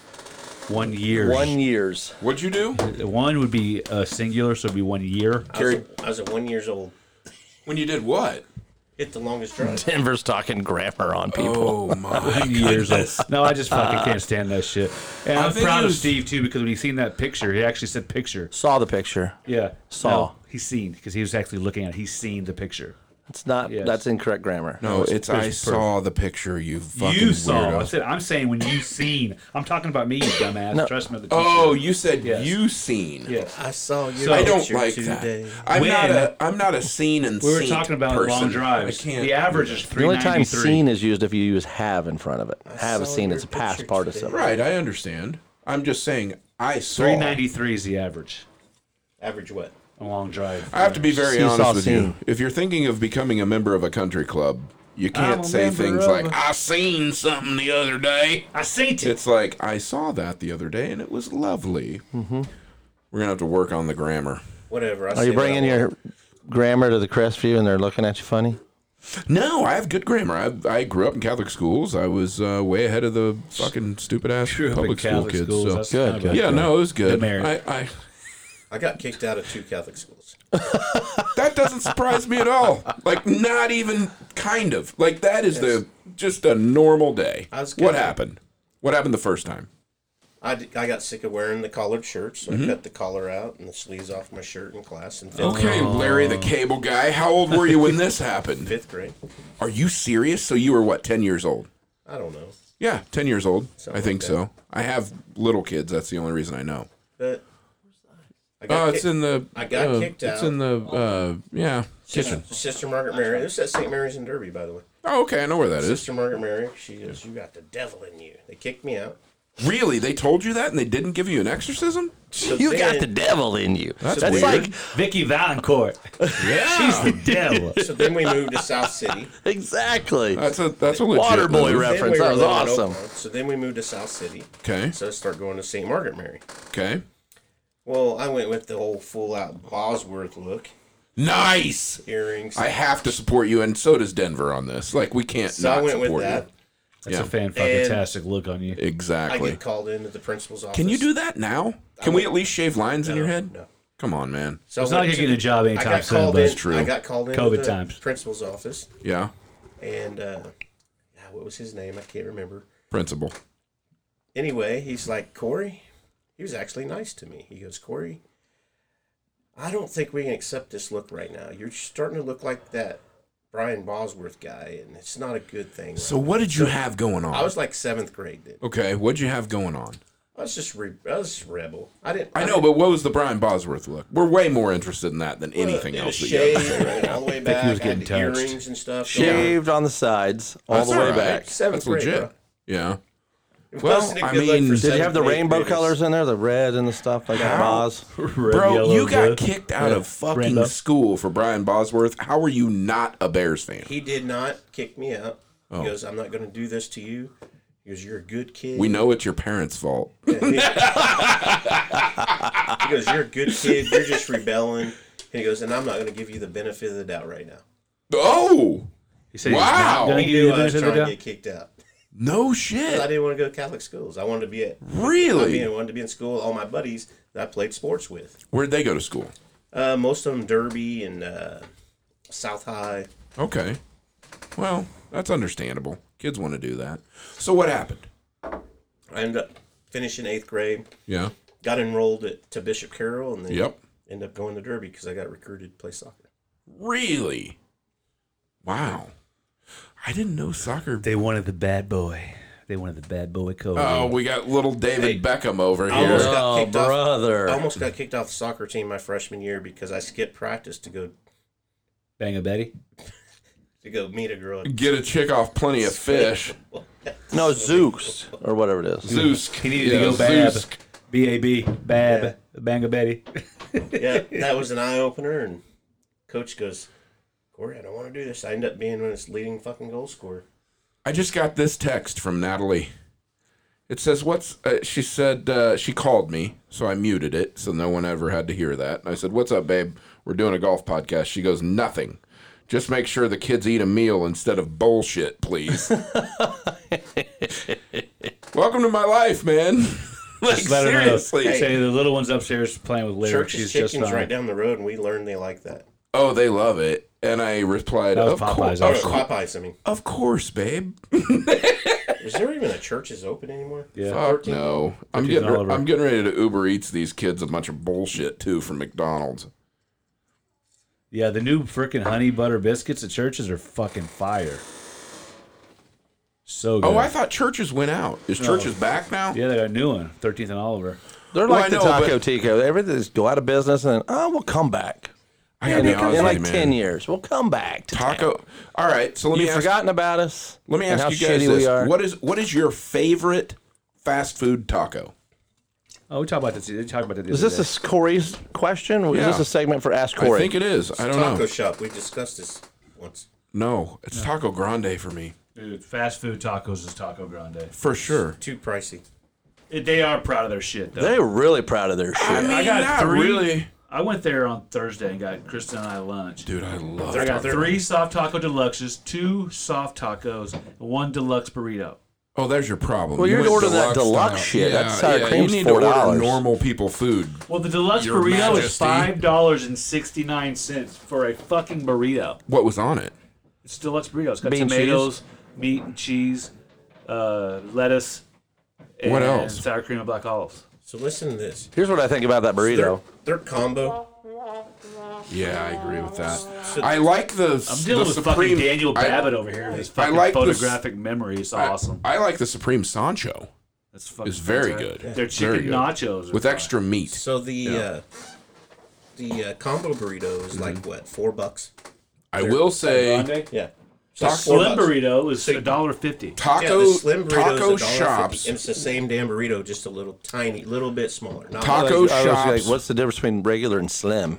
One year. One years. What'd you do One would be uh, singular, so it'd be one year. I was, a, I was at one years old. when you did what? Hit the longest drive. Denver's talking grammar on people. Oh my! One years old. No, I just fucking can't stand that shit. And I'm think proud it of was- Steve too because when he seen that picture, he actually said picture. Saw the picture. Yeah. Saw. No, he's seen because he was actually looking at. it. He's seen the picture. It's not. Yes. That's incorrect grammar. No, Oh, it's I saw the picture. You fucking you saw. I weirdo. said. I'm saying when you seen. I'm talking about me, you dumbass. Trust me. The Oh, you said Yes. you seen. yes. I saw you. So- I don't like today. that. I'm When- not a I'm not a scene and We were scene talking about person. long drives. I can't. The average is The only time 393. seen is used if you use have in front of it. have saw seen your is a past picture participle. today. Right, I understand. I'm just saying I saw. 393 is the average. Average what? a long drive. I have to be very Seesaw honest with you. scene. If you're thinking of becoming a member of a country club, you a can't say member things of like, a- I seen something the other day. I seen it. It's like, I saw that the other day and it was lovely. We're going to have to work on the grammar. Whatever. I Are say you what I bringing want. your grammar to the Crestview and they're looking at you funny? No, I have good grammar. I, I grew up in Catholic schools. I was uh, way ahead of the fucking stupid ass Grew up in public school Catholic kids. schools, So. that's Good, kind of a- good. Yeah, no, it was good. American. I, I, I got kicked out of two Catholic schools. that doesn't surprise me at all. Like, not even kind of. Like, that is the just a normal day. I was What kinda- happened? What happened the first time? I, d- I got sick of wearing the collared shirts, so Mm-hmm. I cut the collar out and the sleeves off my shirt in class in fifth, Okay, Larry Oh. the Cable Guy, how old were you when this happened? fifth grade. Are you serious? So you were what, 10 years old? I don't know. Yeah, 10 years old. Something I think like so. I have little kids. That's the only reason I know. But I Oh, got it's kicked- in the. I got uh, kicked It's out. in the, uh, yeah, kitchen. Sister, Sister Margaret Mary. It was at St. Mary's in Derby, by the way. Oh, okay, I know where that is. Sister Margaret Mary. She goes, "You got the devil in you." They kicked me out. Really? They told you that and they didn't give you an exorcism? So you got then- the devil in you. That's, weird. like Vicky Valancourt. She's Yeah. the devil. So then we moved to South City. exactly That's a that's a legit water movie. boy Then reference. we that were was living in awesome. Oakland. So then we moved to South City. Okay. So I start going to St. Margaret Mary. Okay. Well, I went with the whole full out Bosworth look, Nice. earrings. I have to support you, and so does Denver on this. Like we can't so not I went support with that. That's Yeah. a fan fucking tastic look on you. you. I Exactly. get called into the principal's office. Can you do that now? Can we at least shave lines in your No, head? no. Come on, man. So It's I not went like to you're getting a the- job I anytime got soon, called but in. it's true. I got called in COVID the times. principal's office, Yeah. and uh, God, what was his name? I can't remember. Principal. Anyway, he's like Corey. He was actually nice to me. He goes, Corey, I don't think we can accept this look right now. You're starting to look like that Brian Bosworth guy, and it's not a good thing. So what did you have going on? I was like seventh grade. Dude. okay, what'd you have going on? I was just re- I was just rebel. I didn't. I know, but what was the Brian Bosworth look? We're way more interested in that than didn't- anything it was else that you shaved have to say. and all the way back. I, he was had getting touched. earrings and stuff. Shaved on the sides all That's the way all right. back. Seventh That's grade, legit. bro. Yeah. It Well, wasn't a I good look mean- for Did you Did you have seventh, the eighth rainbow graders. colors in there, the red and the stuff like the Moz? Red, Bro, yellow, you got blue. kicked out of fucking Rainbow. school for Brian Bosworth. How are you not a Bears fan? He did not kick me out. He goes, "I'm not going to do this to you." He goes, "You're a good kid." We know it's your parents' fault. He goes, "You're a good kid. You're just rebelling." And he goes, "And I'm not going to give you the benefit of the doubt right now." Oh, He said he's Wow. not gonna I give you knew the I was benefit of trying the to doubt. get kicked out. no I shit. didn't want to go to Catholic schools. I wanted to be at. I Really? mean, I wanted to be in school. with All my buddies that I played sports with. Where'd they go to school? Uh, most of them Derby and uh, South High. Okay. Well, that's understandable. Kids want to do that. So what happened? I ended up finishing eighth grade. Yeah. Got enrolled at, to Bishop Carroll, and then Yep. ended up going to Derby because I got recruited to play soccer. Really? Wow. I didn't know soccer. They wanted the bad boy. They wanted the bad boy code. Oh, we got little David Beckham over I almost here. got Oh, kicked off. brother. I almost got kicked off the soccer team my freshman year because I skipped practice to go Bang a Betty. to go meet a girl. Get a chick off plenty of fish. No, Zooks or whatever it is. Zeus. He needed to go bab. B A B. Bab. Bang a Betty. Yeah, that was an eye opener. And coach goes, Corey, I don't want to do this. I end up being one of this leading fucking goal scorer. I just got this text from Natalie. It says, "What's?" Uh, she said uh, she called me, so I muted it, so no one ever had to hear that. And I said, "What's up, babe? We're doing a golf podcast." She goes, "Nothing. Just make sure the kids eat a meal instead of bullshit, please." Welcome to my life, man. like Just let her know. seriously. Say the little one's upstairs playing with lyrics. Church's She's just Chicken's fine. right down the road, and we learned they like that. Oh, they love it. And I replied, That "Of was course, Popeyes, Oh, of, no, cour- Popeyes, I mean. of course, babe." Is there even a church's open anymore? Yeah. Fuck no. I'm Cookies getting and Oliver. I'm getting ready to Uber Eats these kids a bunch of bullshit too from McDonald's. Yeah, the new freaking honey butter biscuits at churches are fucking fire. So good. Oh, I thought churches went out. Is churches back now? yeah, they got a new one, 13th and Oliver. They're Well, like I the know, Taco but- Tico. Everything's go out of business and oh, we'll come back. I gotta be in honest with like you, man. 10 years. We'll come back. To town. Taco. All right, so let me You've ask, forgotten about us. let me and ask how you guys shitty we this. are. What is what is your favorite fast food taco? Oh, we talked about this. We talked about this. Is this a a Corey's question? Is Yeah. this a segment for Ask I Corey? think it is. I don't Taco know. shop. We discussed this once. No, it's Taco Grande for me. dude? Fast food tacos is Taco Grande. For sure. Too pricey. They are proud of their shit though. They're really proud of their shit. I got not three. really. I went there on Thursday and got Kristen and I lunch. Dude, I love I got Taco three soft taco deluxes, two soft tacos, and one deluxe burrito. Oh, there's your problem. Well, You you're went ordering that deluxe style. shit. That sour cream's You need to order $4. normal people food. Well, the deluxe Your burrito is Majesty. five dollars and sixty nine cents for a fucking burrito. What was on it? It's deluxe burrito. It's got Bean and tomatoes, meat and cheese, uh, lettuce, and What else? sour cream and black olives. So listen to this. Here's what I think about that burrito. Their, their combo. Yeah, I agree with that. I like the I'm dealing the with Supreme fucking Daniel I- Babbitt over here. His fucking like the s- photographic memory is I, awesome. I like the Supreme Sancho That's fucking It's very fantastic. good. Their Very chicken good. nachos are with fire. extra meat. So the uh, the uh, combo burrito is like Mm-hmm. what four bucks? I will say Grande? Yeah. So Taco it's four Slim bucks. burrito is a dollar fifty. Yeah, taco the slim burrito taco is a dollar shops fifty, and it's the same damn burrito, just a little tiny, little bit smaller. Not I was- Taco I was like, shops. what's the difference between regular and slim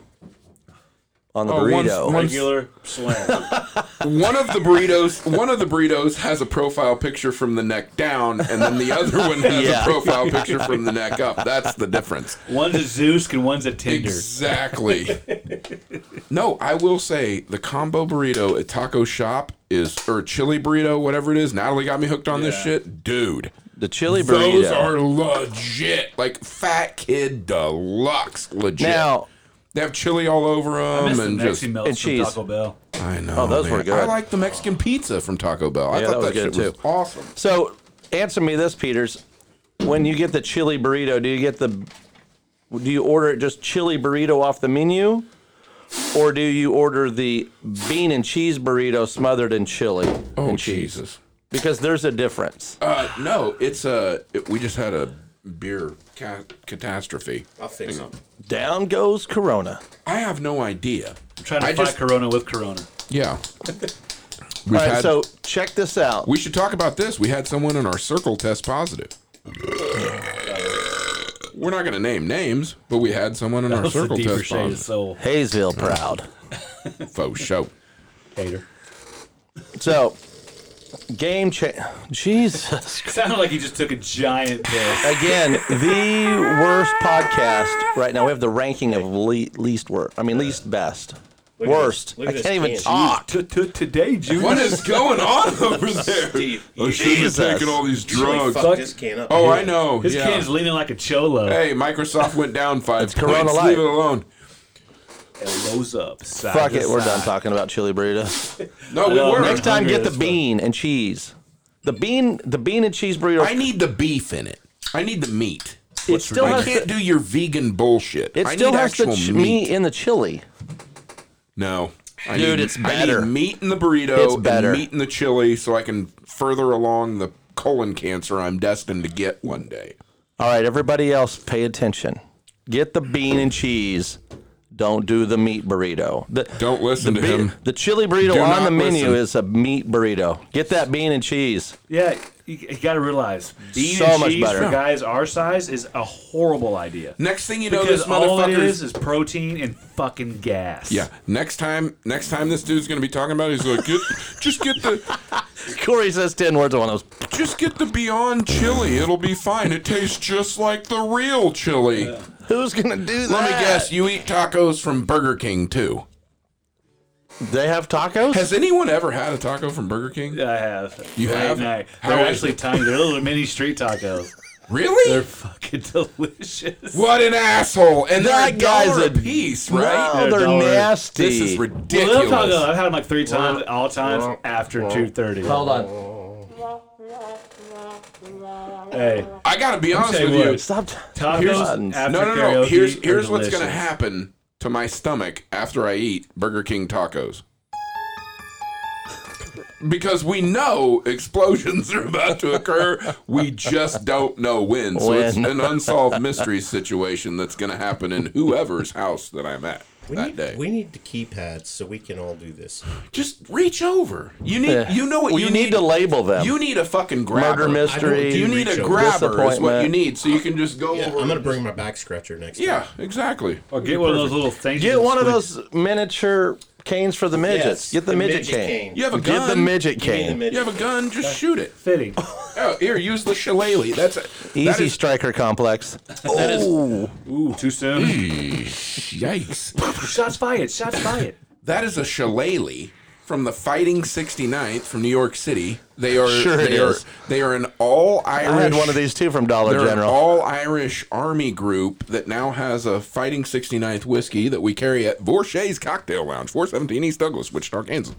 on the Oh, one's- burrito? one's- Regular slam. one of the burritos one of the burritos has a profile picture from the neck down and then the other one has Yeah. a profile picture from the neck up that's the difference One's a Zeus and one's a Tinder. exactly no i will say the combo burrito at taco shop is or chili burrito whatever it is natalie got me hooked on this Yeah. shit dude the chili those burrito. are legit like fat kid deluxe legit now, they have chili all over I them miss the and just Mexi melts and from cheese. Taco Bell. i know Oh, those were good. i like the mexican pizza from taco bell i Yeah, thought that was that, good, shit too. was awesome so answer me this, Peters. When you get the chili burrito, do you get the do you order it just chili burrito off the menu? Or do you order the bean and cheese burrito smothered in chili? Oh and cheese? Jesus! Because there's a difference. Uh, no, it's a. It, we just had a beer ca- catastrophe. I'll fix them. Down goes Corona. I have no idea. I'm trying to I fight just- Corona with Corona. Yeah. We've All right, had, so check this out. we should talk about this. We had someone in our circle test positive. We're not going to name names, but we had someone in our That's the circle deeper test shade of positive. soul. Hayesville proud. Faux show. Hater. So, game change. Jesus. Sounded like he just took a giant piss. Again, the worst podcast right now. We have the ranking of le- least worst. I mean, least best. at this- worst. look I at this can't even can. talk. T- t- Today, Junior. What is going on over there? I should have Jesus. taken all these Really drugs. fuck this can up. Oh, I know. His yeah. can's leaning like a cholo. Hey, Microsoft went down five Corona points. Light. Leave it alone. Elbows up. Side Fuck to it. We're side. done talking about chili burritos. No, we know. were. Next time, hungry get the as fuck. bean and cheese. The bean, the bean and cheese burrito. I need the beef in it. I need the meat. it still I has. can't The, do your vegan bullshit. it I still need has the actual ch- meat. meat in the chili. No. I Dude, need- it's I better. need meat in the burrito It's and better. meat in the chili so I can further along the colon cancer I'm destined to get one day. All right, everybody else, pay attention. Get the bean and cheese. Don't do the meat burrito. The, Don't listen the to be- him. The chili burrito Do on not the menu listen. is a meat burrito. Get that bean and cheese. Yeah, you, you got to realize bean So and much cheese better. for guys our size is a horrible idea. Next thing you know, Because this all it motherfucker is is protein and fucking gas. Yeah. Next time, next time this dude's gonna be talking about, it, he's like, get, just get the, Corey says ten words on those. just get the Beyond Chili. It'll be fine. It tastes just like the real chili. Who's gonna do that? Let me guess, you eat tacos from Burger King too. They have tacos. Has anyone ever had a taco from Burger King? I have. You Late have? night. How They're is actually tiny. They're little mini street tacos. Really? They're fucking delicious. What an asshole! And they're That guy's dollar a- piece, right? Oh, They're they're dollar- nasty. This is Well, they'll ridiculous. talk about it. I've had them like three times, all times after two thirty. Hold on. Hey, I gotta be honest say with what? you. Stop. tacos Here's- after No, no, no. karaoke Here's are here's what's gonna delicious. happen to my stomach after I eat Burger King tacos. Because we know explosions are about to occur, we just don't know when. So it's When. an unsolved mystery situation that's going to happen in whoever's house that I'm at. We that need, day. We need the keypads so we can all do this. Just reach over. You need. Yeah. You know what Well, you, you need to label them. You need a fucking grabber. Murder mystery. You need a Reach over. grabber. Is what you Disappointment. need, so you can just go Yeah, over. I'm gonna and bring my back scratcher next. just- Yeah, exactly. Or Oh, get one of those little things. you Get can one of squeeze- those miniature canes for the midgets. Yes, Get the, the midget, midget cane. cane. You have a Get gun. the midget Give me the cane. mid- You have a gun. Just shoot it. fitting. Oh, here, use the shillelagh. That's it. Easy striker complex. Oh, Ooh, too soon. Yikes. shots fired. Shots fired. That is a shillelagh from the Fighting 69th from New York City. They are Sure it they are is. they are an all Irish. I had one of these too from Dollar They're an General. all Irish army group that now has a Fighting 69th whiskey that we carry at Vorshay's Cocktail Lounge, 417 East Douglas, Wichita, Kansas.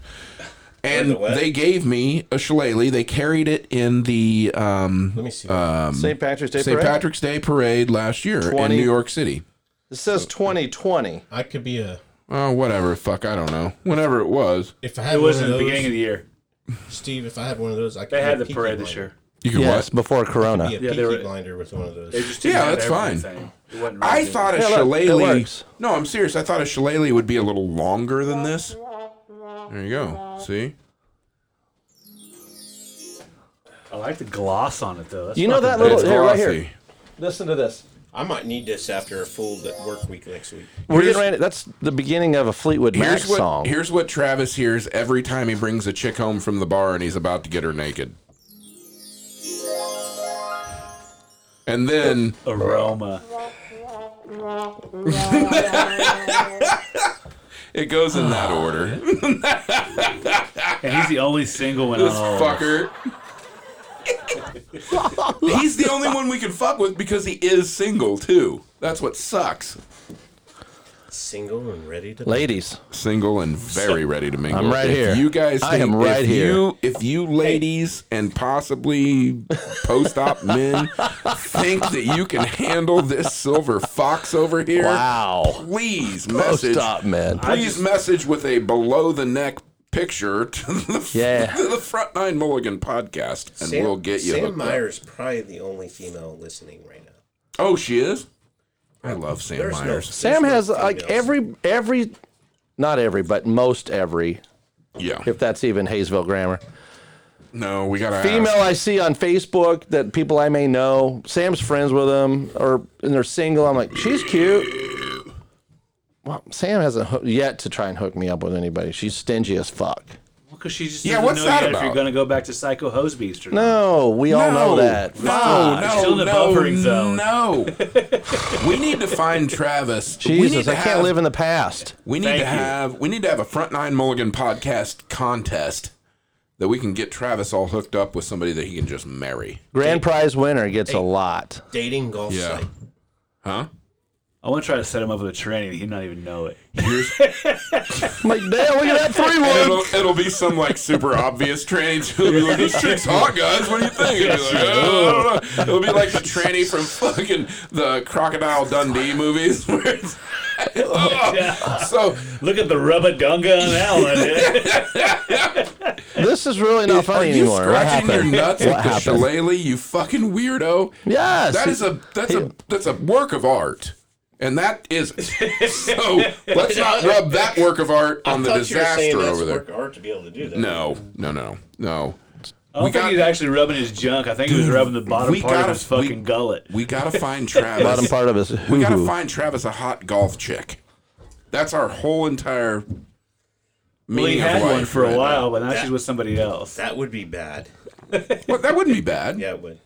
And the way. they gave me a shillelagh. They carried it in the um, Let me see. St. Patrick's Day St. Parade. Patrick's Day parade last year in 20. New York City. It says 2020. I could be a. Oh, whatever. Fuck, I don't know. Whenever it was, If I had It one was of in the those, beginning of the year. Steve. If I had one of those, I could. They be had a the Peaky parade this Blinder. year. you can Yes, what? before Corona. Be a Yeah, they Peaky were- blinder with one of those. They just didn't Yeah, have that's fine. everything. It wasn't I really- thought a Yeah, look, it shillelagh. works. No, I'm serious. I thought a shillelagh would be a little longer than this. There you go. See? I like the gloss on it though. That's You know fucking that little it's here, right glossy. here. Listen to this. I might need this after a full d- work week next week. We're Here's- getting ready. That's the beginning of a Fleetwood Mac Here's what song. here's what Travis hears every time he brings a chick home from the bar and he's about to get her naked. And then aroma. it goes in that order. And he's the only single one on This all of us. fucker. he's the only one we can fuck with because he is single too. That's what sucks. Single and ready to. Ladies, single and very ready to mingle. I'm right If here. You guys, I think- am right if here. You, if you ladies and possibly post-op men think that you can handle this silver fox over here, wow. please Oh, message. stop, man. Please message with a below the neck picture to the, Yeah. to the front nine mulligan podcast and Sam, we'll get you Sam hooked up. Meyer's probably the only female listening right now. oh she is i love sam There's no. myers Sam there's has no like females. every every, not every, but most every, yeah if that's even Hayesville grammar. no we gotta Female ask. I see on Facebook that people I may know. Sam's friends with them, or and they're single. I'm like, she's cute. Well, Sam hasn't hoo- yet to try and hook me up with anybody. She's stingy as fuck. Because she just Yeah, doesn't what's know that yet if about? you're gonna go back to Psycho Hose Beast or not. No, we all know that. No, no, Still in the no, buffering zone. No, Oh, we need to find Travis. we need Jesus, to I have, can't live in the past. We need Thank to you. have. We need to have a front nine Mulligan podcast contest that we can get Travis all hooked up with somebody that he can just marry. Grand prize winner gets a lot. dating golf Yeah. site. Huh? I want to try to set him up with a tranny. He not even know it. Here's, I'm like, damn, look at that three and one. it'll, it'll be some like super obvious tranny. She'll be like, "This chick's hot, guys. What do you think?" It'll be like, "Oh, I don't know." It'll be like the tranny from fucking the Crocodile Dundee movies. Where it's, "Oh, So Look at the rubber gunga on that one. This is really not Are funny you anymore. What scratching your happened? nuts What with the happened? shillelagh, you fucking weirdo? Yes. That is a that's a that's a work of art. And that is so let's not rub that work of art on the Thought you were saying disaster that's over there. work of art to be able to do that. No, no, no, no. I don't We think got- he's actually rubbing his junk. I think he was rubbing the bottom we part gotta- of his fucking we- gullet. We gotta find bottom Travis. part of his we gotta hoo-hoo. find Travis a hot golf chick. That's our whole entire Well, meaning he had of life one for right a now. while, but now she's with somebody else. That would be bad. Well, that wouldn't be bad. Yeah, it would.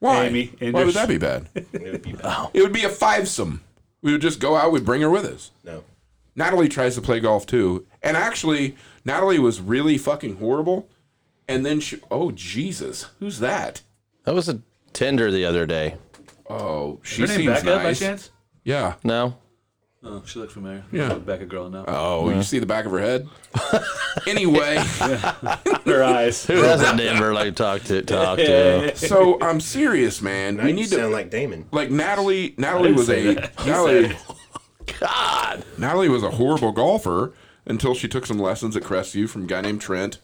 Why? Amy, and Why would there's- that be bad? It would be bad. It would be a fivesome. We would just go out. We'd bring her with us. No. Natalie tries to play golf too, and actually, Natalie was really fucking horrible. And then she, oh Jesus, who's that? That was a Tinder the other day. Oh, she Her name seems Becca by nice. chance? yeah. No. Oh, she looked familiar. Yeah. Becca girl now. Oh, you see the back of her head. anyway, Her eyes. Who hasn't ever like talked to talked to? so I'm serious, man. I We need sound to like Damon. like Natalie. Natalie didn't was say a that. He Natalie. God. Natalie was a horrible golfer until she took some lessons at Crestview from a guy named Trent.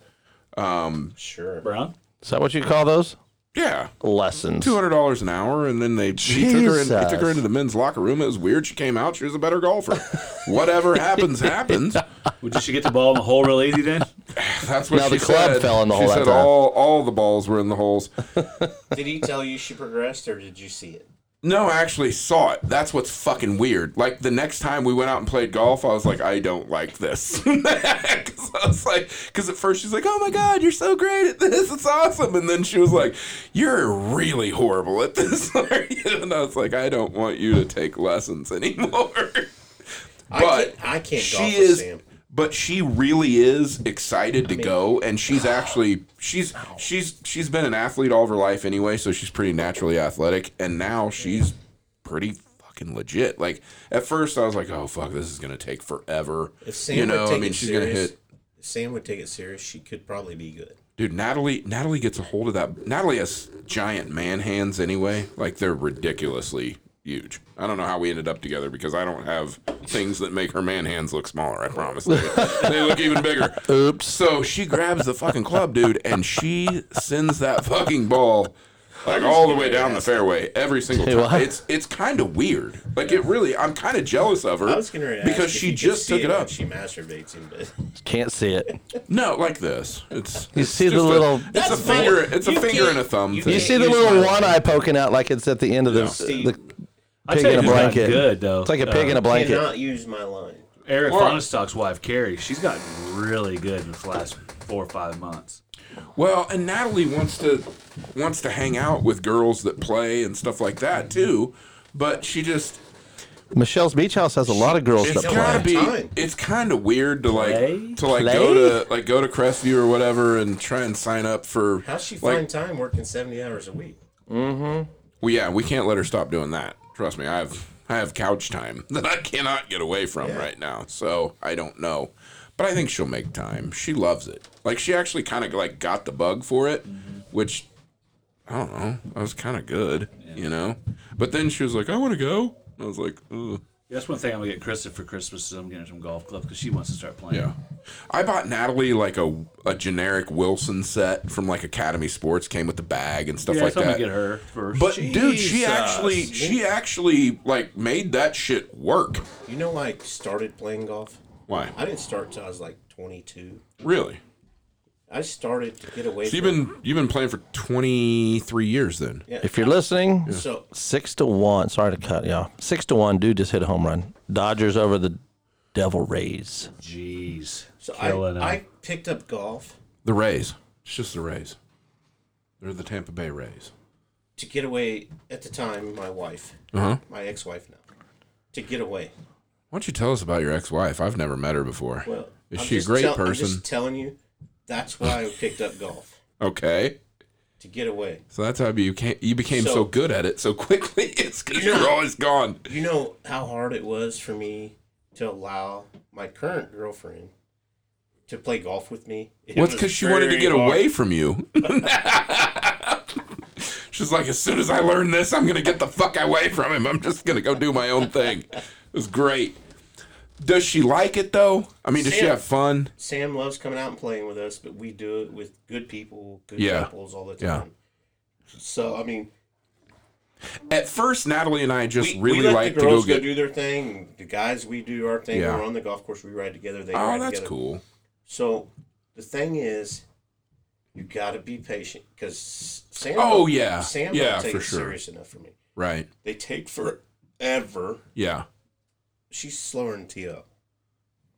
Sure. Brown? Is that what you call those? Yeah, lessons. two hundred dollars an hour, and then they he took her in, he took her Jesus. into the men's locker room. It was weird. She came out. She was a better golfer. Whatever happens, happens. Would you should get the ball in the hole real easy then? That's what Now she the club said. fell in the she hole that said time. all all the balls were in the holes. Did he tell you she progressed, or did you see it? No, I actually saw it. That's what's fucking weird. Like the next time we went out and played golf, I was like, I don't like this. 'Cause I was like, because at first she's like, Oh my god, you're so great at this. It's awesome. And then she was like, You're really horrible at this. are you?" and I was like, I don't want you to take lessons anymore. I But can't, I can't she golf is with Sam. but she really is excited to go and she's actually she's she's she's been an athlete all of her life anyway so she's pretty naturally athletic and now she's pretty fucking legit like at first i was like oh fuck this is gonna take forever If Sam you know would take i mean it she's serious, gonna hit If Sam would take it serious, she could probably be good. dude natalie natalie gets a hold of that natalie has giant man hands anyway like they're ridiculously huge i don't know how we ended up together because i don't have things that make her man hands look smaller i promise they, they look even bigger Oops. So she grabs the fucking club, dude, and she sends that fucking ball like all the way down the fairway every single Hey, time. what? It's it's kind of weird. Like it really, I'm kind of jealous of I her was gonna ask because if she you could just see took it when up. She masturbates him, but Can't see it. No, like this. It's You it's see the just a- little- It's a That's finger. fine. It's a You finger can't- and a thumb you thing. You see the Use little my- one eye poking out like it's at the end of the, Steve. the I pig tell in you a who's not blanket. good though. It's like a uh, pig in a blanket. cannot use my line. Eric Or- Fonstock's wife, Carrie, she's gotten really good in the last four or five months. Well, and Natalie wants to wants to hang out with girls that play and stuff like that too, but she just Michelle's Beach House has a lot of girls that It's don't gotta play. have be. time. It's kind of weird to like Play? to like Play? go to like go to Crestview or whatever and try and sign up for. How's she like? find time working seventy hours a week? Well, yeah, we can't let her stop doing that. Trust me, I have I have couch time that I cannot get away from right now. So I don't know, but I think she'll make time. She loves it. Like she actually kind of like got the bug for it, Mm-hmm. which I don't know. I was kind of good, you know. But then she was like, "I want to go." I was like, Ugh. That's one thing I'm gonna get Krista for Christmas is I'm getting her some golf clubs because she wants to start playing. Yeah. I bought Natalie like a, a generic Wilson set from like Academy Sports, came with the bag and stuff Yeah, like so I'm that. gonna get her first. But dude, she Jesus. actually she actually like made that shit work. You know, why I started playing golf. Why? I didn't start till I was like twenty two. Really? I started to get away. So you've from been you've been playing for twenty three years then. yeah. If you're listening, so six to one. Sorry to cut y'all. Six to one. Dude just hit a home run. Dodgers over the Devil Rays. Jeez. so Killing I, I 'em. picked up golf The Rays. It's just the Rays. They're the Tampa Bay Rays. to get away. At the time, my wife, Uh huh. my ex wife now, to get away. Why don't you tell us about your ex wife? I've never met her before. Well, Is I'm she a just great tell- person? I'm just telling you, that's why I picked up golf Okay. to get away. So that's how you came, you became so, So- good at it so quickly. It's because you're always gone. You know how hard it was for me to allow my current girlfriend to play golf with me. It Well, it's was because she wanted to very get hard. away from you. She's like, as soon as I learn this, I'm gonna get the fuck away from him. I'm just gonna go do my own thing. It was great. Does she like it though? I mean, does she Sam- have fun? Sam loves coming out and playing with us, but we do it with good people, good Yeah. couples all the Yeah. time. So I mean, At first, Natalie and I just we, we really let like the to go girls go, get. do their thing. and The guys, we do our thing. Yeah. We're on the golf course. We ride together. They oh, ride that's together. cool. So the thing is, you got to be patient because Sam. Oh, yeah. Sam Yeah, don't take for it sure. serious enough for me. Right? They take forever. Yeah. She's slower than To.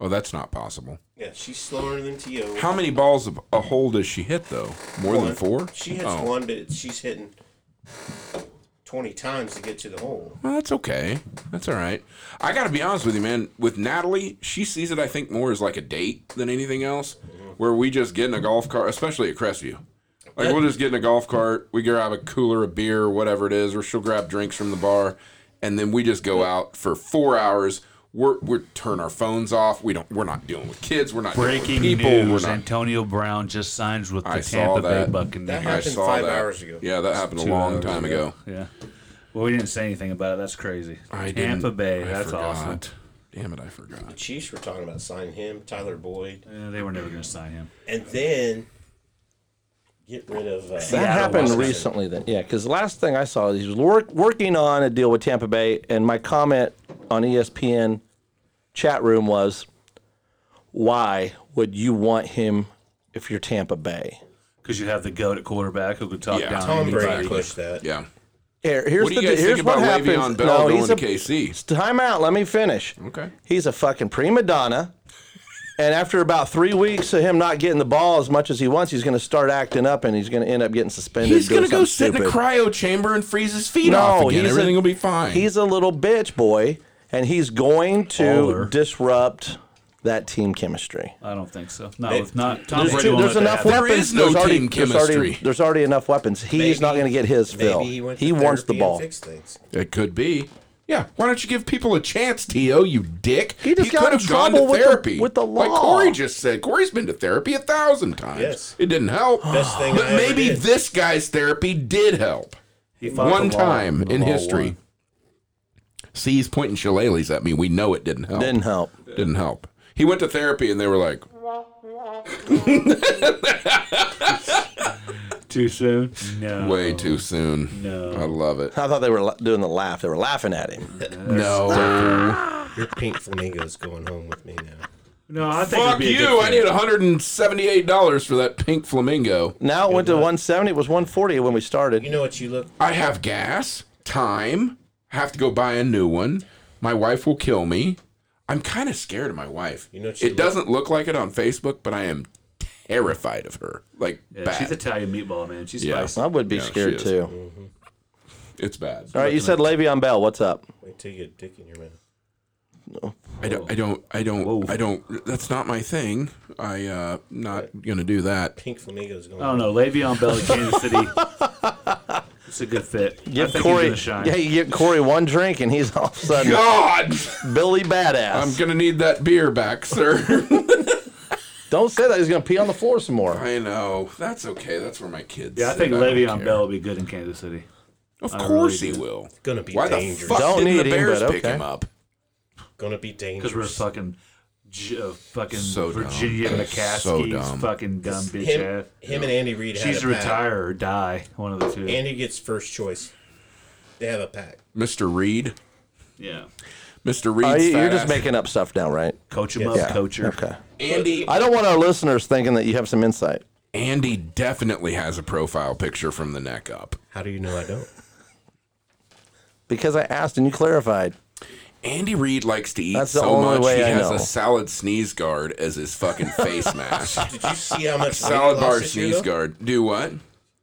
Oh, that's not possible. Yeah, she's slower than To. How many balls of a hole does she hit though? More than One. four? She hits Oh. one, but she's hitting twenty times to get to the hole. Well, Oh, that's okay. That's all right. I got to be honest with you, man. With Natalie, she sees it, I think, more as like a date than anything else, where we just get in a golf cart, especially at Crestview. Like, we'll just get in a golf cart, we grab a cooler, a beer, whatever it is, or she'll grab drinks from the bar, and then we just go out for four hours. We're, we're turn our phones off. We don't. We're not dealing with kids. We're not Breaking dealing with people. news: We're not. Antonio Brown just signs with the I saw Tampa Bay that. That Buccaneers. I happened saw five that. hours ago. Yeah, that happened a Two long hours time ago. Yeah. Well, we didn't say anything about it. That's crazy. I didn't- Tampa Bay. I that's awesome. forgot. Damn it, I The forgot. Chiefs were talking about signing him, Tyler Boyd, Yeah, they were never going to sign him. and then get rid of. Uh, That Seattle happened wasn't it? recently then. Yeah, because the last thing I saw is he was work, working on a deal with Tampa Bay, and my comment on E ESPN chat room was, why would you want him if you're Tampa Bay? because you have the goat at quarterback who could talk Yeah. down Tom Brady anybody. pushed that. Yeah. Here, here's What do the, you guys here's think about what happens. Le'Veon Oh, Bell no, he's going a, to KC? Time out. Let me finish. Okay. He's a fucking prima donna. And after about three weeks of him not getting the ball as much as he wants, he's going to start acting up, and he's going to end up getting suspended. He's gonna doing go something sit in a stupid. cryo chamber and freeze his feet off again. he's a- Everything will be fine. He's a little bitch boy, and he's going to Baller. disrupt that team chemistry. I don't think so. Not with not Tom There's, Brady. two, won't there's let that enough happen. There weapons. is no there's already, team there's already- chemistry. there's already enough weapons. He's Maybe- not going to get his Maybe fill. he went he to wants therapy the and ball. fixed things. It could be. Yeah. Why don't you give people a chance, T.O., you dick? He just got could in have gone trouble to with the- therapy. with the Like law. Corey just said. Corey's been to therapy a thousand times. Yes. It didn't help. Best thing I But ever maybe did. this guy's therapy did help. He fought One the law. time The in law history. won. See, he's pointing shillelaghs at me. We know it didn't help. Didn't help. Didn't help. He went to therapy and they were like, Too soon? No. way too soon. No. I love it. I thought they were la- doing the laugh. They were laughing at him. No. Your pink flamingo's going home with me now. No, I think it'd Fuck be a good you. I fit. need $178 for that pink flamingo. Now it went to 170. It was 140 when we started. You know what you look? I have gas, time, have to go buy a new one. My wife will kill me. I'm kind of scared of my wife. You know it she look- doesn't look like it on Facebook, but I am terrified of her. Like Yeah, bad. she's Italian meatball, man. She's Yeah. spicy. I would be Yeah, she scared is. too. it's bad. All right, you said Le'Veon Bell. What's up? Wait till you get dick in your mouth. I don't. I don't. I don't. Whoa. I don't. That's not my thing. I uh, not gonna do that. Pink flamingo's going. I don't home. know. Le'Veon Bell in Kansas City. it's a good fit. I Give think he's Corey, gonna shine. yeah, you give Corey one drink, and he's all of a sudden God, Billy Badass. I'm gonna need that beer back, sir. Don't say that. He's going to pee on the floor some more. I know. That's okay. That's where my kids. Yeah, I sit. think don't Le'Veon care. Bell will be good in Kansas City. Of I course really he do. will. Gonna be Why dangerous. the fuck Don't didn't need the him, Bears but pick okay. him up? Gonna be dangerous. Because we're fucking, J- uh, fucking So dumb. Virginia McCaskey's So dumb. fucking dumb bitch him, ass. him and Andy Reid. had She's a pact. retire or die. One of the two. Andy gets first choice. They have a pack. Mr. Reed. yeah. Mr. Are Reed's Oh, you, fat you're just ass. making up stuff now, right? Coach him Yeah. up, Yeah. coach her. Okay. Andy. I don't want our listeners thinking that you have some insight. Andy definitely has a profile picture from the neck up. How do you know I don't? Because I asked and you clarified. Andy Reid likes to eat That's the so only much way he I has know. a salad sneeze guard as his fucking face mask. Did you see how much weight he salad lost bar this year, sneeze though? guard. Do what?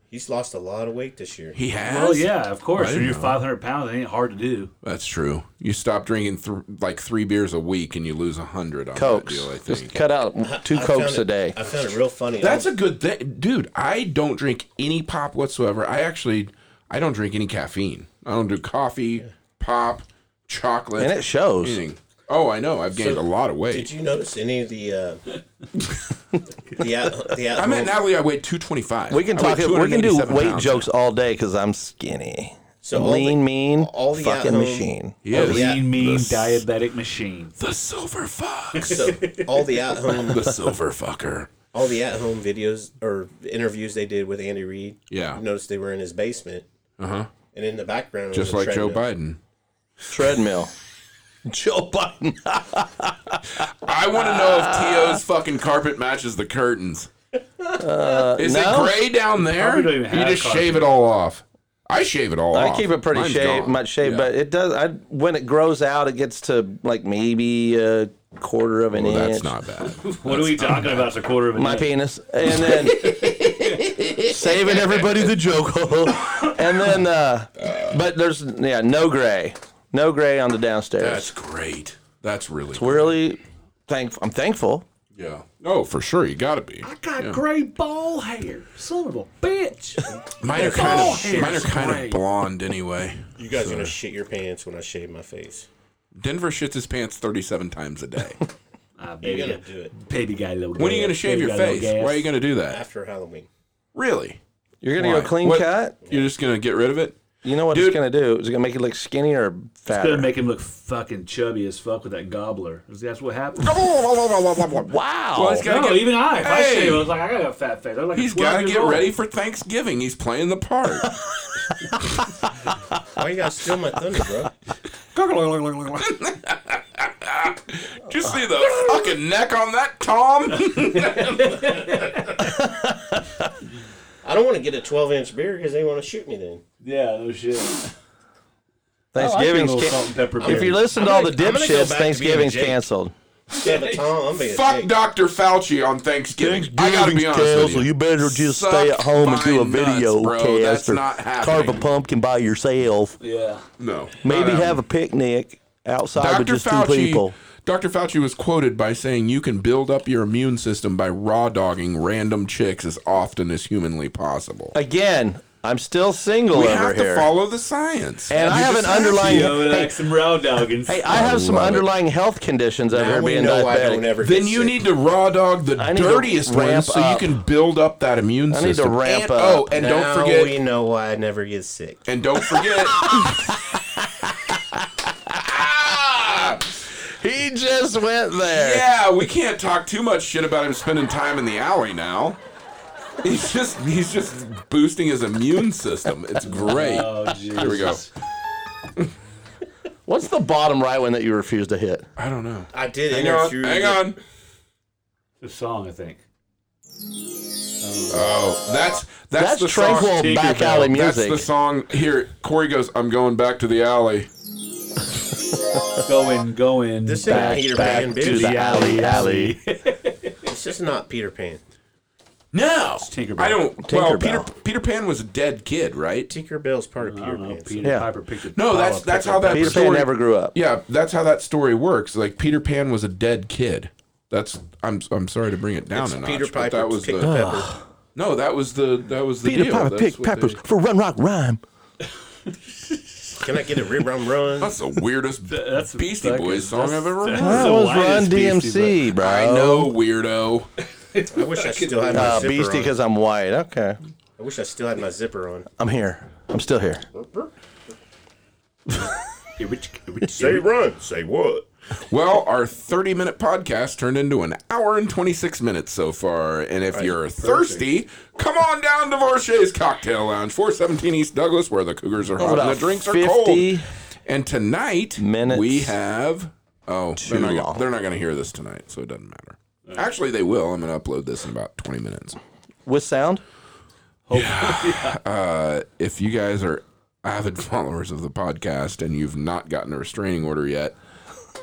He's lost a lot of weight this year. He has. Well, yeah, of course. I When didn't you're know. 500 pounds, it ain't hard to do. That's true. You stop drinking th- like three beers a week and you lose a hundred on Cokes. that deal. I Just think cut out two I cokes found a it- day. I found it real funny. that's a good thing, dude. I don't drink any pop whatsoever. I actually, I don't drink any caffeine. I don't do coffee, pop, chocolate, And it shows. anything. Oh, I know. I've gained So, a lot of Did weight. you notice any of the uh, the out, the out I'm at Natalie. I weigh two twenty five. We can talk. We can do weight jokes all day because I'm skinny. So all lean, the- mean, all the fucking at-home- machine. Yeah, Oh, yeah. Lean, mean, diabetic machine. the silver fox, so all the at home the silver fucker. all the at home videos or interviews they did with Andy Reid. Yeah. you noticed they were in his basement. Uh huh. And in the background, was Just a like Joe treadmill. Biden. Treadmill. Joe Biden. I want to know if To's fucking carpet matches the curtains. Is no. it gray down there? Probably Oh, don't You even have just shave carpet. it all off. I shave it all I off. keep it pretty Mine's shaved, gone. much shaved, Yeah. but it does. I when it grows out, it gets to like maybe a quarter of an well, inch. that's not bad. What are we talking about? It's a quarter of an my inch. penis, and then saving everybody the joke, and then uh, but there's yeah no gray, no gray on the downstairs. That's great. That's really cool. really thankful. I'm thankful. yeah. No, for sure. You got to be. got gray ball hair. Son of a bitch. Mine are kind Oh, of shit. mine are kind Gray. of blonde anyway. You guys are gonna shit your pants when I shave my face. Denver shits his pants thirty-seven times a day. Ah, You're baby, gonna got- do it baby got a little When are you gas. going to shave Baby your got a little face? gas. Why are you going to do that? after Halloween. Really? You're gonna Why? go clean What- cut. You're just going to get rid of it? You know what Dude. it's gonna do? It's gonna make you look skinnier or It's gonna fatter. make him look fucking chubby as fuck with that gobbler. That's what happened. wow. Well, it's No, gotta get, even I. If I Hey! shave, I was like, I got a fat face. I'm like, he's got to get ready for Thanksgiving. He's playing the part. Why you gotta steal my thunder, bro? Did you see the fucking neck on that, Tom? I don't want to get a 12 inch beer because they want to shoot me then. Yeah, no shit. Thanksgiving's I like your little can- salt and pepper If beer. you listen to I'm all the gonna- I'm gonna go dipshits, back to being Thanksgiving's Jake. canceled. Yeah, but Tom, I'm being a Fuck dick. Dr. Fauci on Thanksgiving. I gotta be honest with you. better just Suck stay at home and do a my video nuts, bro. That's cast or not happening. carve a pumpkin by yourself. Yeah. No. Maybe not have a picnic outside happening. with just two people. Dr. Fauci was quoted by saying you can build up your immune system by raw dogging random chicks as often as humanly possible. Again, I'm still single we over have here. to follow the science. And I You have just an underlying- You know, Hey. like some row doggins. hey, I have some love it. underlying health conditions over here Now we being know I don't diabetic. ever Then get you sick. need to raw dog the I need to dirtiest ramp ones so you up. can build up that immune I system. need to ramp and, up. Oh, and Now don't forget we know why I never get sick. And don't forget. He just went there. yeah, we can't talk too much shit about him spending time in the alley now. He's just he's just boosting his immune system. It's great. oh, Jesus. Here we go. What's the bottom right one that you refuse to hit? I don't know. I did Hang on. interview. Hang the- on. The song, I think. Oh, that's that's, That's the tranquil song. Tinkerbell. back alley That's music. the song. Here, Corey goes. I'm going back to the alley. Going, going. This ain't back Peter back Pan, to bitch. the alley, alley. It's just not Peter Pan. No, Tinkerbell. I don't. Well, Tinkerbell. Peter Peter Pan was a dead kid, right? Tinkerbell's part of I Peter don't know. Pan. Peter Yeah. Piper picked a No, pile that's of that's pickle- how that Oh, Peter story, Pan never grew up. Yeah, that's how that story works. Like Peter Pan was a dead kid. That's I'm I'm sorry to bring it down It's a notch, Peter but Piper that was picked the pepper. no, that was the that was the deal. That's what they- for Run Rock Rhyme. Can I get a rib run run? that's the weirdest That's Beastie fucking- Boys song I've ever that's- heard. That the was whitest Run Beastie DMC, bro. I Oh. know, weirdo. I wish I still had my Uh, zipper beastie on. because I'm white. Okay. I wish I still had my zipper on. I'm here. I'm still here. run. Say what? Well, our 30 minute podcast turned into an hour and 26 minutes so far. And if you're thirsty, come on down to Vorshay's Cocktail Lounge, 417 East Douglas, where the cougars are hot and Oh, about the drinks are 50 cold. And tonight, minutes we have. Oh, they're not, long. gonna, they're not going to hear this tonight, so it doesn't matter. Actually, they will. I'm going to upload this in about 20 minutes. With sound? If you guys are avid followers of the podcast and you've not gotten a restraining order yet,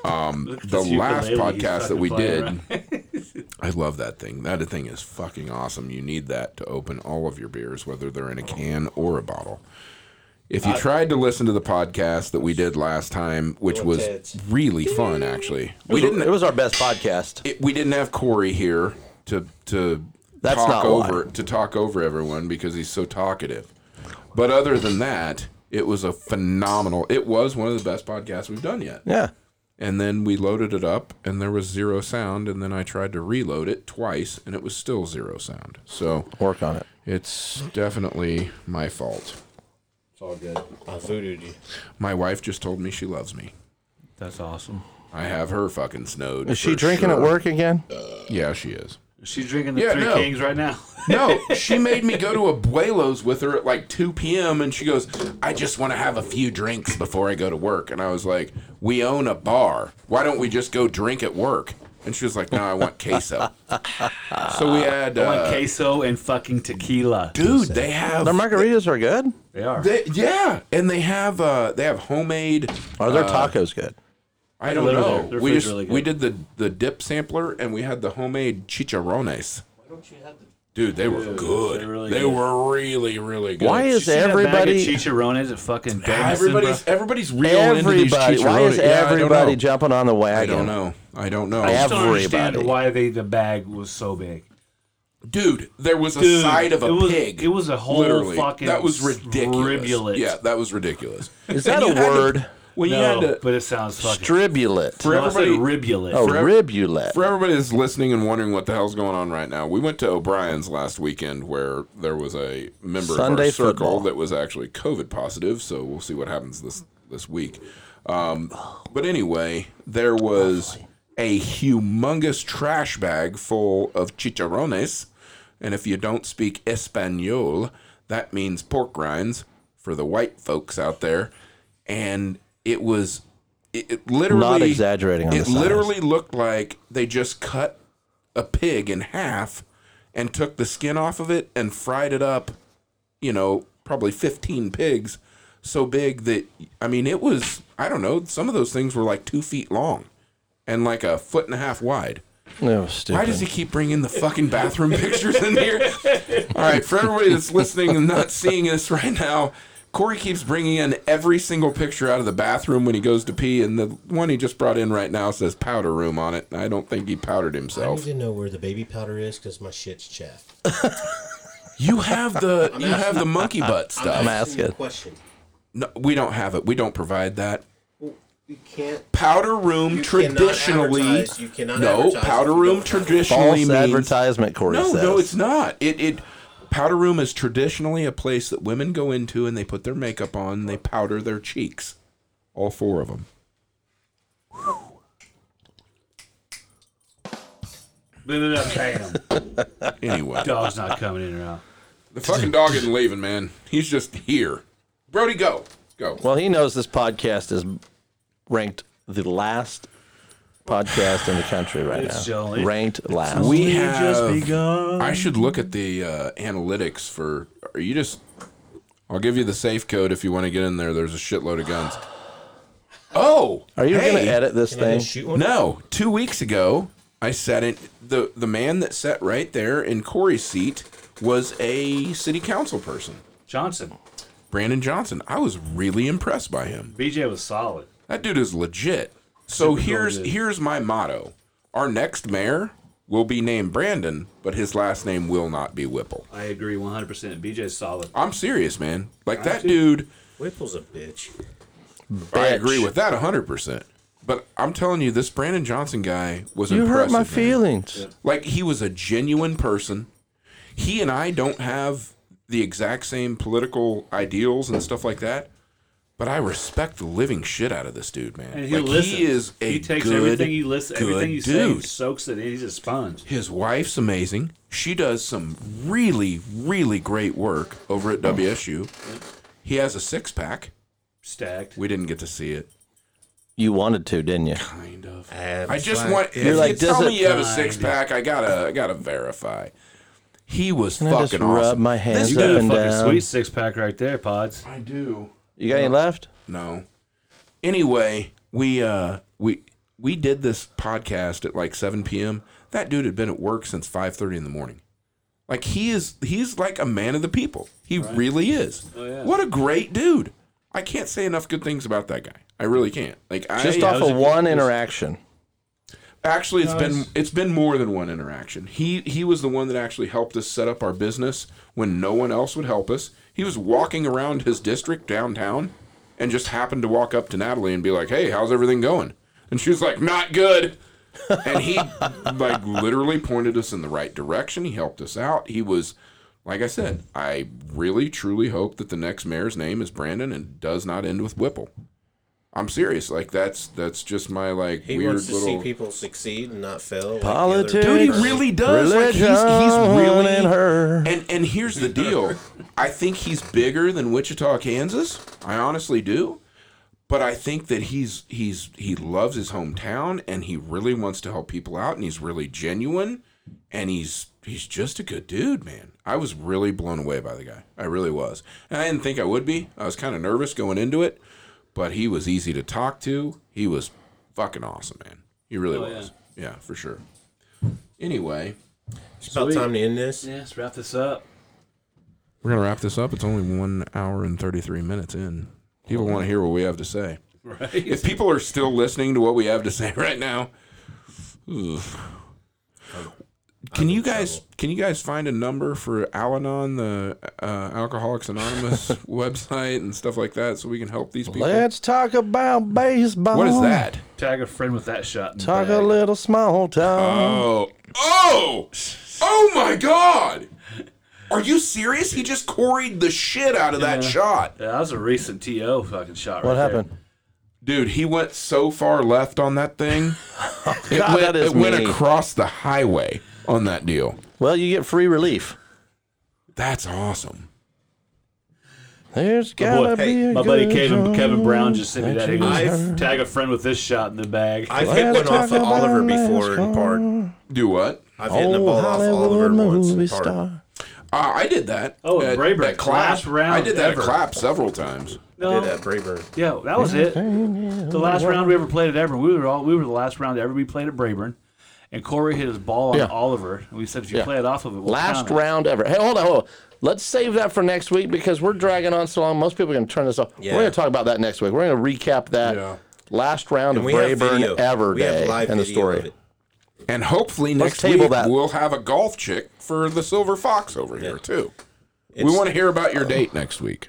Look at the this ukulele last he's podcast that fucking we playing did, around. I love that thing. That thing is fucking awesome. You need that to open all of your beers, whether they're in a can or a bottle. If you tried to listen to the podcast that we did last time, which was tits. really fun, actually, It we was- it didn't was our best podcast. it, we didn't have Corey here to to That's talk not why. over to talk over everyone because he's so talkative. But other than that, it was a phenomenal. It was one of the best podcasts we've done yet Yeah. and then we loaded it up and there was zero sound and then i tried to reload it twice and it was still zero sound so Work on it. it's definitely my fault It's all good. I voodooed you. my wife just told me she loves me That's awesome. i have her fucking snowed Is she for drinking at sure. work again? yeah she is She's drinking the Yeah, Three no. Kings right now. no she made me go to abuelos with her at like 2 p.m and she goes i just want to have a few drinks before i go to work and i was like we own a bar why don't we just go drink at work and she was like no i want queso so we had uh, Like queso and fucking tequila. dude they have Their margaritas are good. They are. they, yeah and they have uh they have homemade Are their Uh, tacos good? i don't literally, know their we food's just really good. we did the the dip sampler and we had the homemade chicharrones dude they were good they're really they good. were really really good Why is See that bag of everybody chicharrones at fucking Davidson, bro? everybody's everybody's real everybody into these why is chicharrones. Yeah, everybody I don't know. jumping on the I wagon? don't know. I don't know. have- I still don't understand everybody. why they the bag was so big. Dude, there was a side of a it was, pig. It was a whole literally. fucking that was ridiculous. rivulet. Yeah, that was ridiculous. Is that And a you had to- word? when you No, had to but it sounds fucking. Stribulet. for no, I said everybody rivulet. oh, for- ribulet. for everybody that's listening and wondering what the hell's going on right now, we went to O'Brien's last weekend where there was a member of Sunday our circle football. that was actually COVID positive. So we'll see what happens this this week. Um, but anyway, there was a humongous trash bag full of chicharrones, and if you don't speak Espanol, that means pork rinds for the white folks out there, and it was. It, it literally Not exaggerating on it the size. literally looked like they just cut a pig in half and took the skin off of it and fried it up you know probably 15 pigs so big that i mean it was i don't know some of those things were like two feet long and like a foot and a half wide No, stupid. why does he keep bringing the fucking bathroom pictures in here? All right, for everybody that's listening and not seeing this right now, Corey keeps bringing in every single picture out of the bathroom when he goes to pee, and the one he just brought in right now says powder room on it. and I don't think he powdered I need himself. to know where the baby powder is because my shit's chaff. You have the you have the monkey butt I'm stuff. asking. you a question. No, we don't have it. We don't provide that. Well, you can't. Powder room You cannot traditionally. advertise- you cannot No, advertise powder if you room don't have it. traditionally False means advertisement, Corey No, says. no, it's not. It it powder room is traditionally a place that women go into and they put their makeup on, and they powder their cheeks, all four of them. Bam. Anyway, Dog's not coming in or out. the fucking dog isn't leaving, man. He's just here. Brody, go, go. Well, he knows this podcast is ranked the last podcast in the country right It's now. jelly. Ranked last. We have. begun. I should look at the uh, analytics for. Are you just? I'll give you the safe code if you want to get in there. There's a shitload of guns. Oh, Are you going hey. to edit this Can I thing? just shoot one? No, two weeks ago, I sat in the the man that sat right there in Corey's seat was a city council person, Johnson. Brandon Johnson. I was really impressed by him. BJ was solid. That dude is legit. So Super here's legit. here's my motto: Our next mayor will be named Brandon, but his last name will not be Whipple. I agree 100%. BJ's solid. I'm serious, man. Like that dude. Whipple's a bitch. I Bitch. agree with that 100. percent But I'm telling you, this Brandon Johnson guy was You hurt impressive. my man. feelings. Like he was a genuine person. He and I don't have the exact same political ideals and stuff like that, but I respect the living shit out of this dude, man. And he like listens. he is a He takes good, everything he listens, good everything he dude. says, soaks it in. He's a sponge. His wife's amazing. She does some really, really great work over Oh. at WSU. He has a six pack. Stacked. We didn't get to see it. You wanted to, didn't you? Kind of. have I just fun. want if You're you like, tell does me it- you have a Kinda. six pack, I gotta I gotta verify. He was Can I just fucking rub awesome. my hands this You got dude, up? a and fucking down. sweet six pack right there, Pods. I do. You got any left? No. Anyway, we uh we we did this podcast at like seven PM. That dude had been at work since five thirty in the morning. Like he is he's like a man of the people. He really is. yeah. What a great dude. I can't say enough good things about that guy. I really can't. Like Just I off how's of it- one interaction. Actually, it's been Nice. it's been more than one interaction. He he was the one that actually helped us set up our business when no one else would help us. He was walking around his district downtown, and just happened to walk up to Natalie and be like, "Hey, how's everything going?" And she was like, "Not good." And he like literally pointed us in the right direction. He helped us out. He was, like I said, I really truly hope that the next mayor's name is Brandon and does not end with Whipple. I'm serious. Like that's that's just my like He weird wants to little see people succeed and not fail. Like the other Politics. Dude, he person. really does. Oh, Like, he's, Religion he's really and her. And and here's the deal. I think he's bigger than Wichita, Kansas. I honestly do. But I think that he's he's he loves his hometown and he really wants to help people out and he's really genuine and he's he's just a good dude, man. I was really blown away by the guy. I really was. And I didn't think I would be. I was kind of nervous going into it, but he was easy to talk to. He was fucking awesome, man. He really Oh, was. yeah, for sure. Anyway, It's about Sweet. time to end this. Yeah, let's wrap this up. We're gonna wrap this up. It's only one hour and thirty three minutes in. People want to hear what we have to say. Right? If people are still listening to what we have to say right now, oof. Can you guys can you guys find a number for Al-Anon, the uh, Alcoholics Anonymous website and stuff like that, so we can help these people? Let's talk about baseball. what is that? Tag a friend with that shot. in the Talk a bag. little small town. Oh, oh, oh my God! Are you serious? He just quarried the shit out of that shot, Yeah, that was a recent TO fucking shot. what right happened? There. dude. He went so far left on that thing. it God, went, that is it went me. across the highway on that deal. Well, you get free relief. That's awesome. There's Boy, gotta be a my buddy good Kevin, time. Kevin Brown just sent me that. He goes, I've- tag a friend with this shot in the bag. I've hit one off of talk Oliver about before in park. Do what? I've hit a Oh, ball off Oliver Hollywood once movie in park. star. Uh, I did that. Oh, at, Braeburn, at clap. last round I did that ever. at clap several times. no, Did at Braeburn. yeah, that was it. The last round we ever played at Everburn, we were all we were the last round that ever we played at Braeburn, and Corey hit his ball on Yeah. Oliver, and we said if you Yeah. play it off of it, we'll Last count it." round ever. Hey, hold on, hold on. Let's save that for next week because we're dragging on so long. Most people are going to turn this off. We're going to talk about that next week. We're going to recap that Yeah. last And round of we have Braeburn video. ever We day have live and the video story. of it. And hopefully next table week that. we'll have a golf chick for the Silver Fox over here too. we want to hear about your date next week.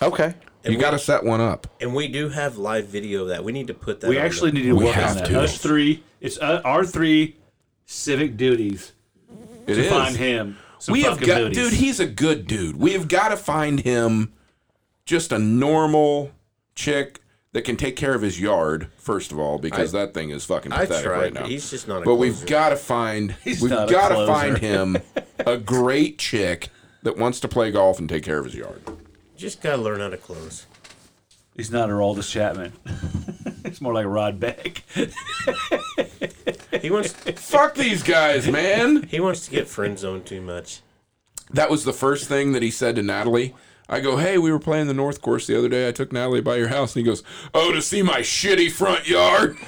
Okay. You got to set one up. And we do have live video of that. We need to put that. We on actually the- need to We work on have that. to. Us three, it's uh, our three civic duties It to is. find him. Some we have fucking got, duties. dude. He's a good dude. We have got to find him just a normal chick that can take care of his yard first of all, because that thing is fucking I pathetic tried. right now. but he's just not. A but we've closer. got to find we've not a got to closer. find him a great chick that wants to play golf and take care of his yard. just gotta learn how to close. He's not an Aroldis Chapman. it's more like Rod Beck. He wants. Fuck these guys, man. he wants to get friend zoned too much. That was the first thing that he said to Natalie. I go, hey, we were playing the North Course the other day. I took Natalie by your house, and he goes, oh, to see my shitty front yard.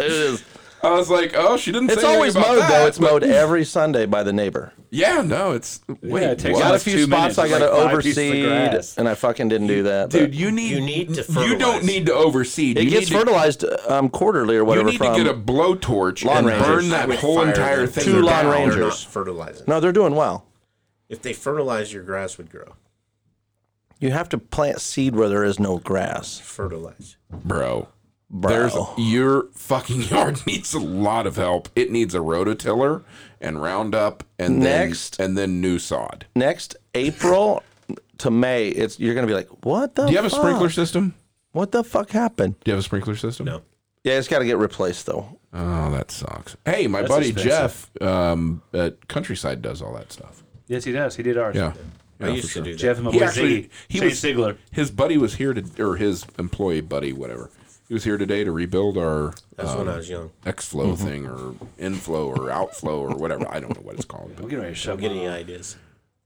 is. I was like, oh, she didn't. It's say anything always about mowed, that, though. It's but- mowed every Sunday by the neighbor. Yeah, no, it's wait. it takes what? Got a That's few two spots minutes. I got to Like five pieces of overseed, grass. and I fucking didn't do that. but- dude, you need You need to You don't fertilize. need to overseed. it you gets need to- fertilized um, quarterly or You whatever need from. to get a blowtorch Lawn and Rangers. burn I that would whole fire entire them. thing. Two Lawn down. Rangers. They're not fertilizing. no, they're doing well. If they fertilize, your grass would grow. You have to plant seed where there is no grass, Fertilize. bro. bro. There's your fucking yard needs a lot of help. It needs a rototiller and Roundup and Next. then, and then new sod. Next April to May, it's you're gonna be like, what the? Do you have a fuck? sprinkler system? What the fuck happened? Do you have a sprinkler system? No. Yeah, it's got to get replaced though. Oh, that sucks. Hey, my buddy expensive. Jeff um, at Countryside does all that stuff. yes, he does. He did ours. Yeah. I used to do that. Jeff and my He boy actually- Ziggy. he Shane was- Sigler. His buddy was here to, or his employee buddy, whatever. He was here today to rebuild our That's when I was young. X-flow Mm-hmm. thing or inflow or outflow or whatever. I don't know what it's called. But. I'm getting ready to shove Get him. any ideas?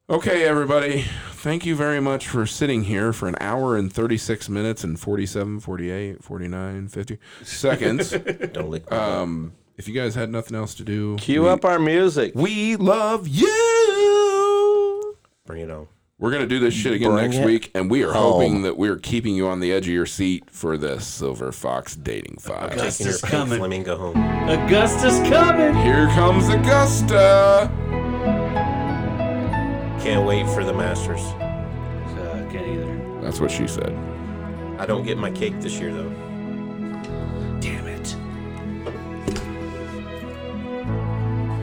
Okay, everybody. Thank you very much for sitting here for an hour and 36 minutes and 47, 48, 49, 50 seconds. Don't lick. um, if you guys had nothing else to do, Cue up our music. we love you. Bring it on. We're going to do this shit again Bring next it week, and we are home. hoping that we're keeping you on the edge of your seat for this Silver Fox dating five. Taking your Augustus pink coming. flamingo home. Augustus coming. Here comes Augusta. Can't wait for the Masters. Uh, can't either. That's what she said. I don't get my cake this year though. Damn it.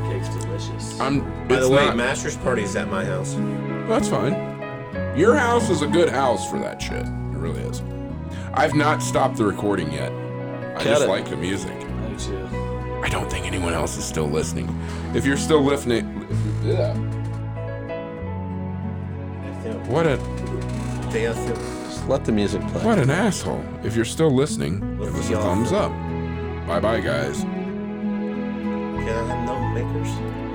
Cake's delicious. I'm. By it's the way, not- Masters party is at my house. That's fine. Your house is a good house for that shit. It really is. I've not stopped the recording yet. I just it. like the music. Me too. I don't think anyone else is still listening. If you're still listening, yeah. What a Just let the music play. what an asshole. If you're still listening, give us a y'all thumbs for- up. Bye bye guys. Can I have no makers?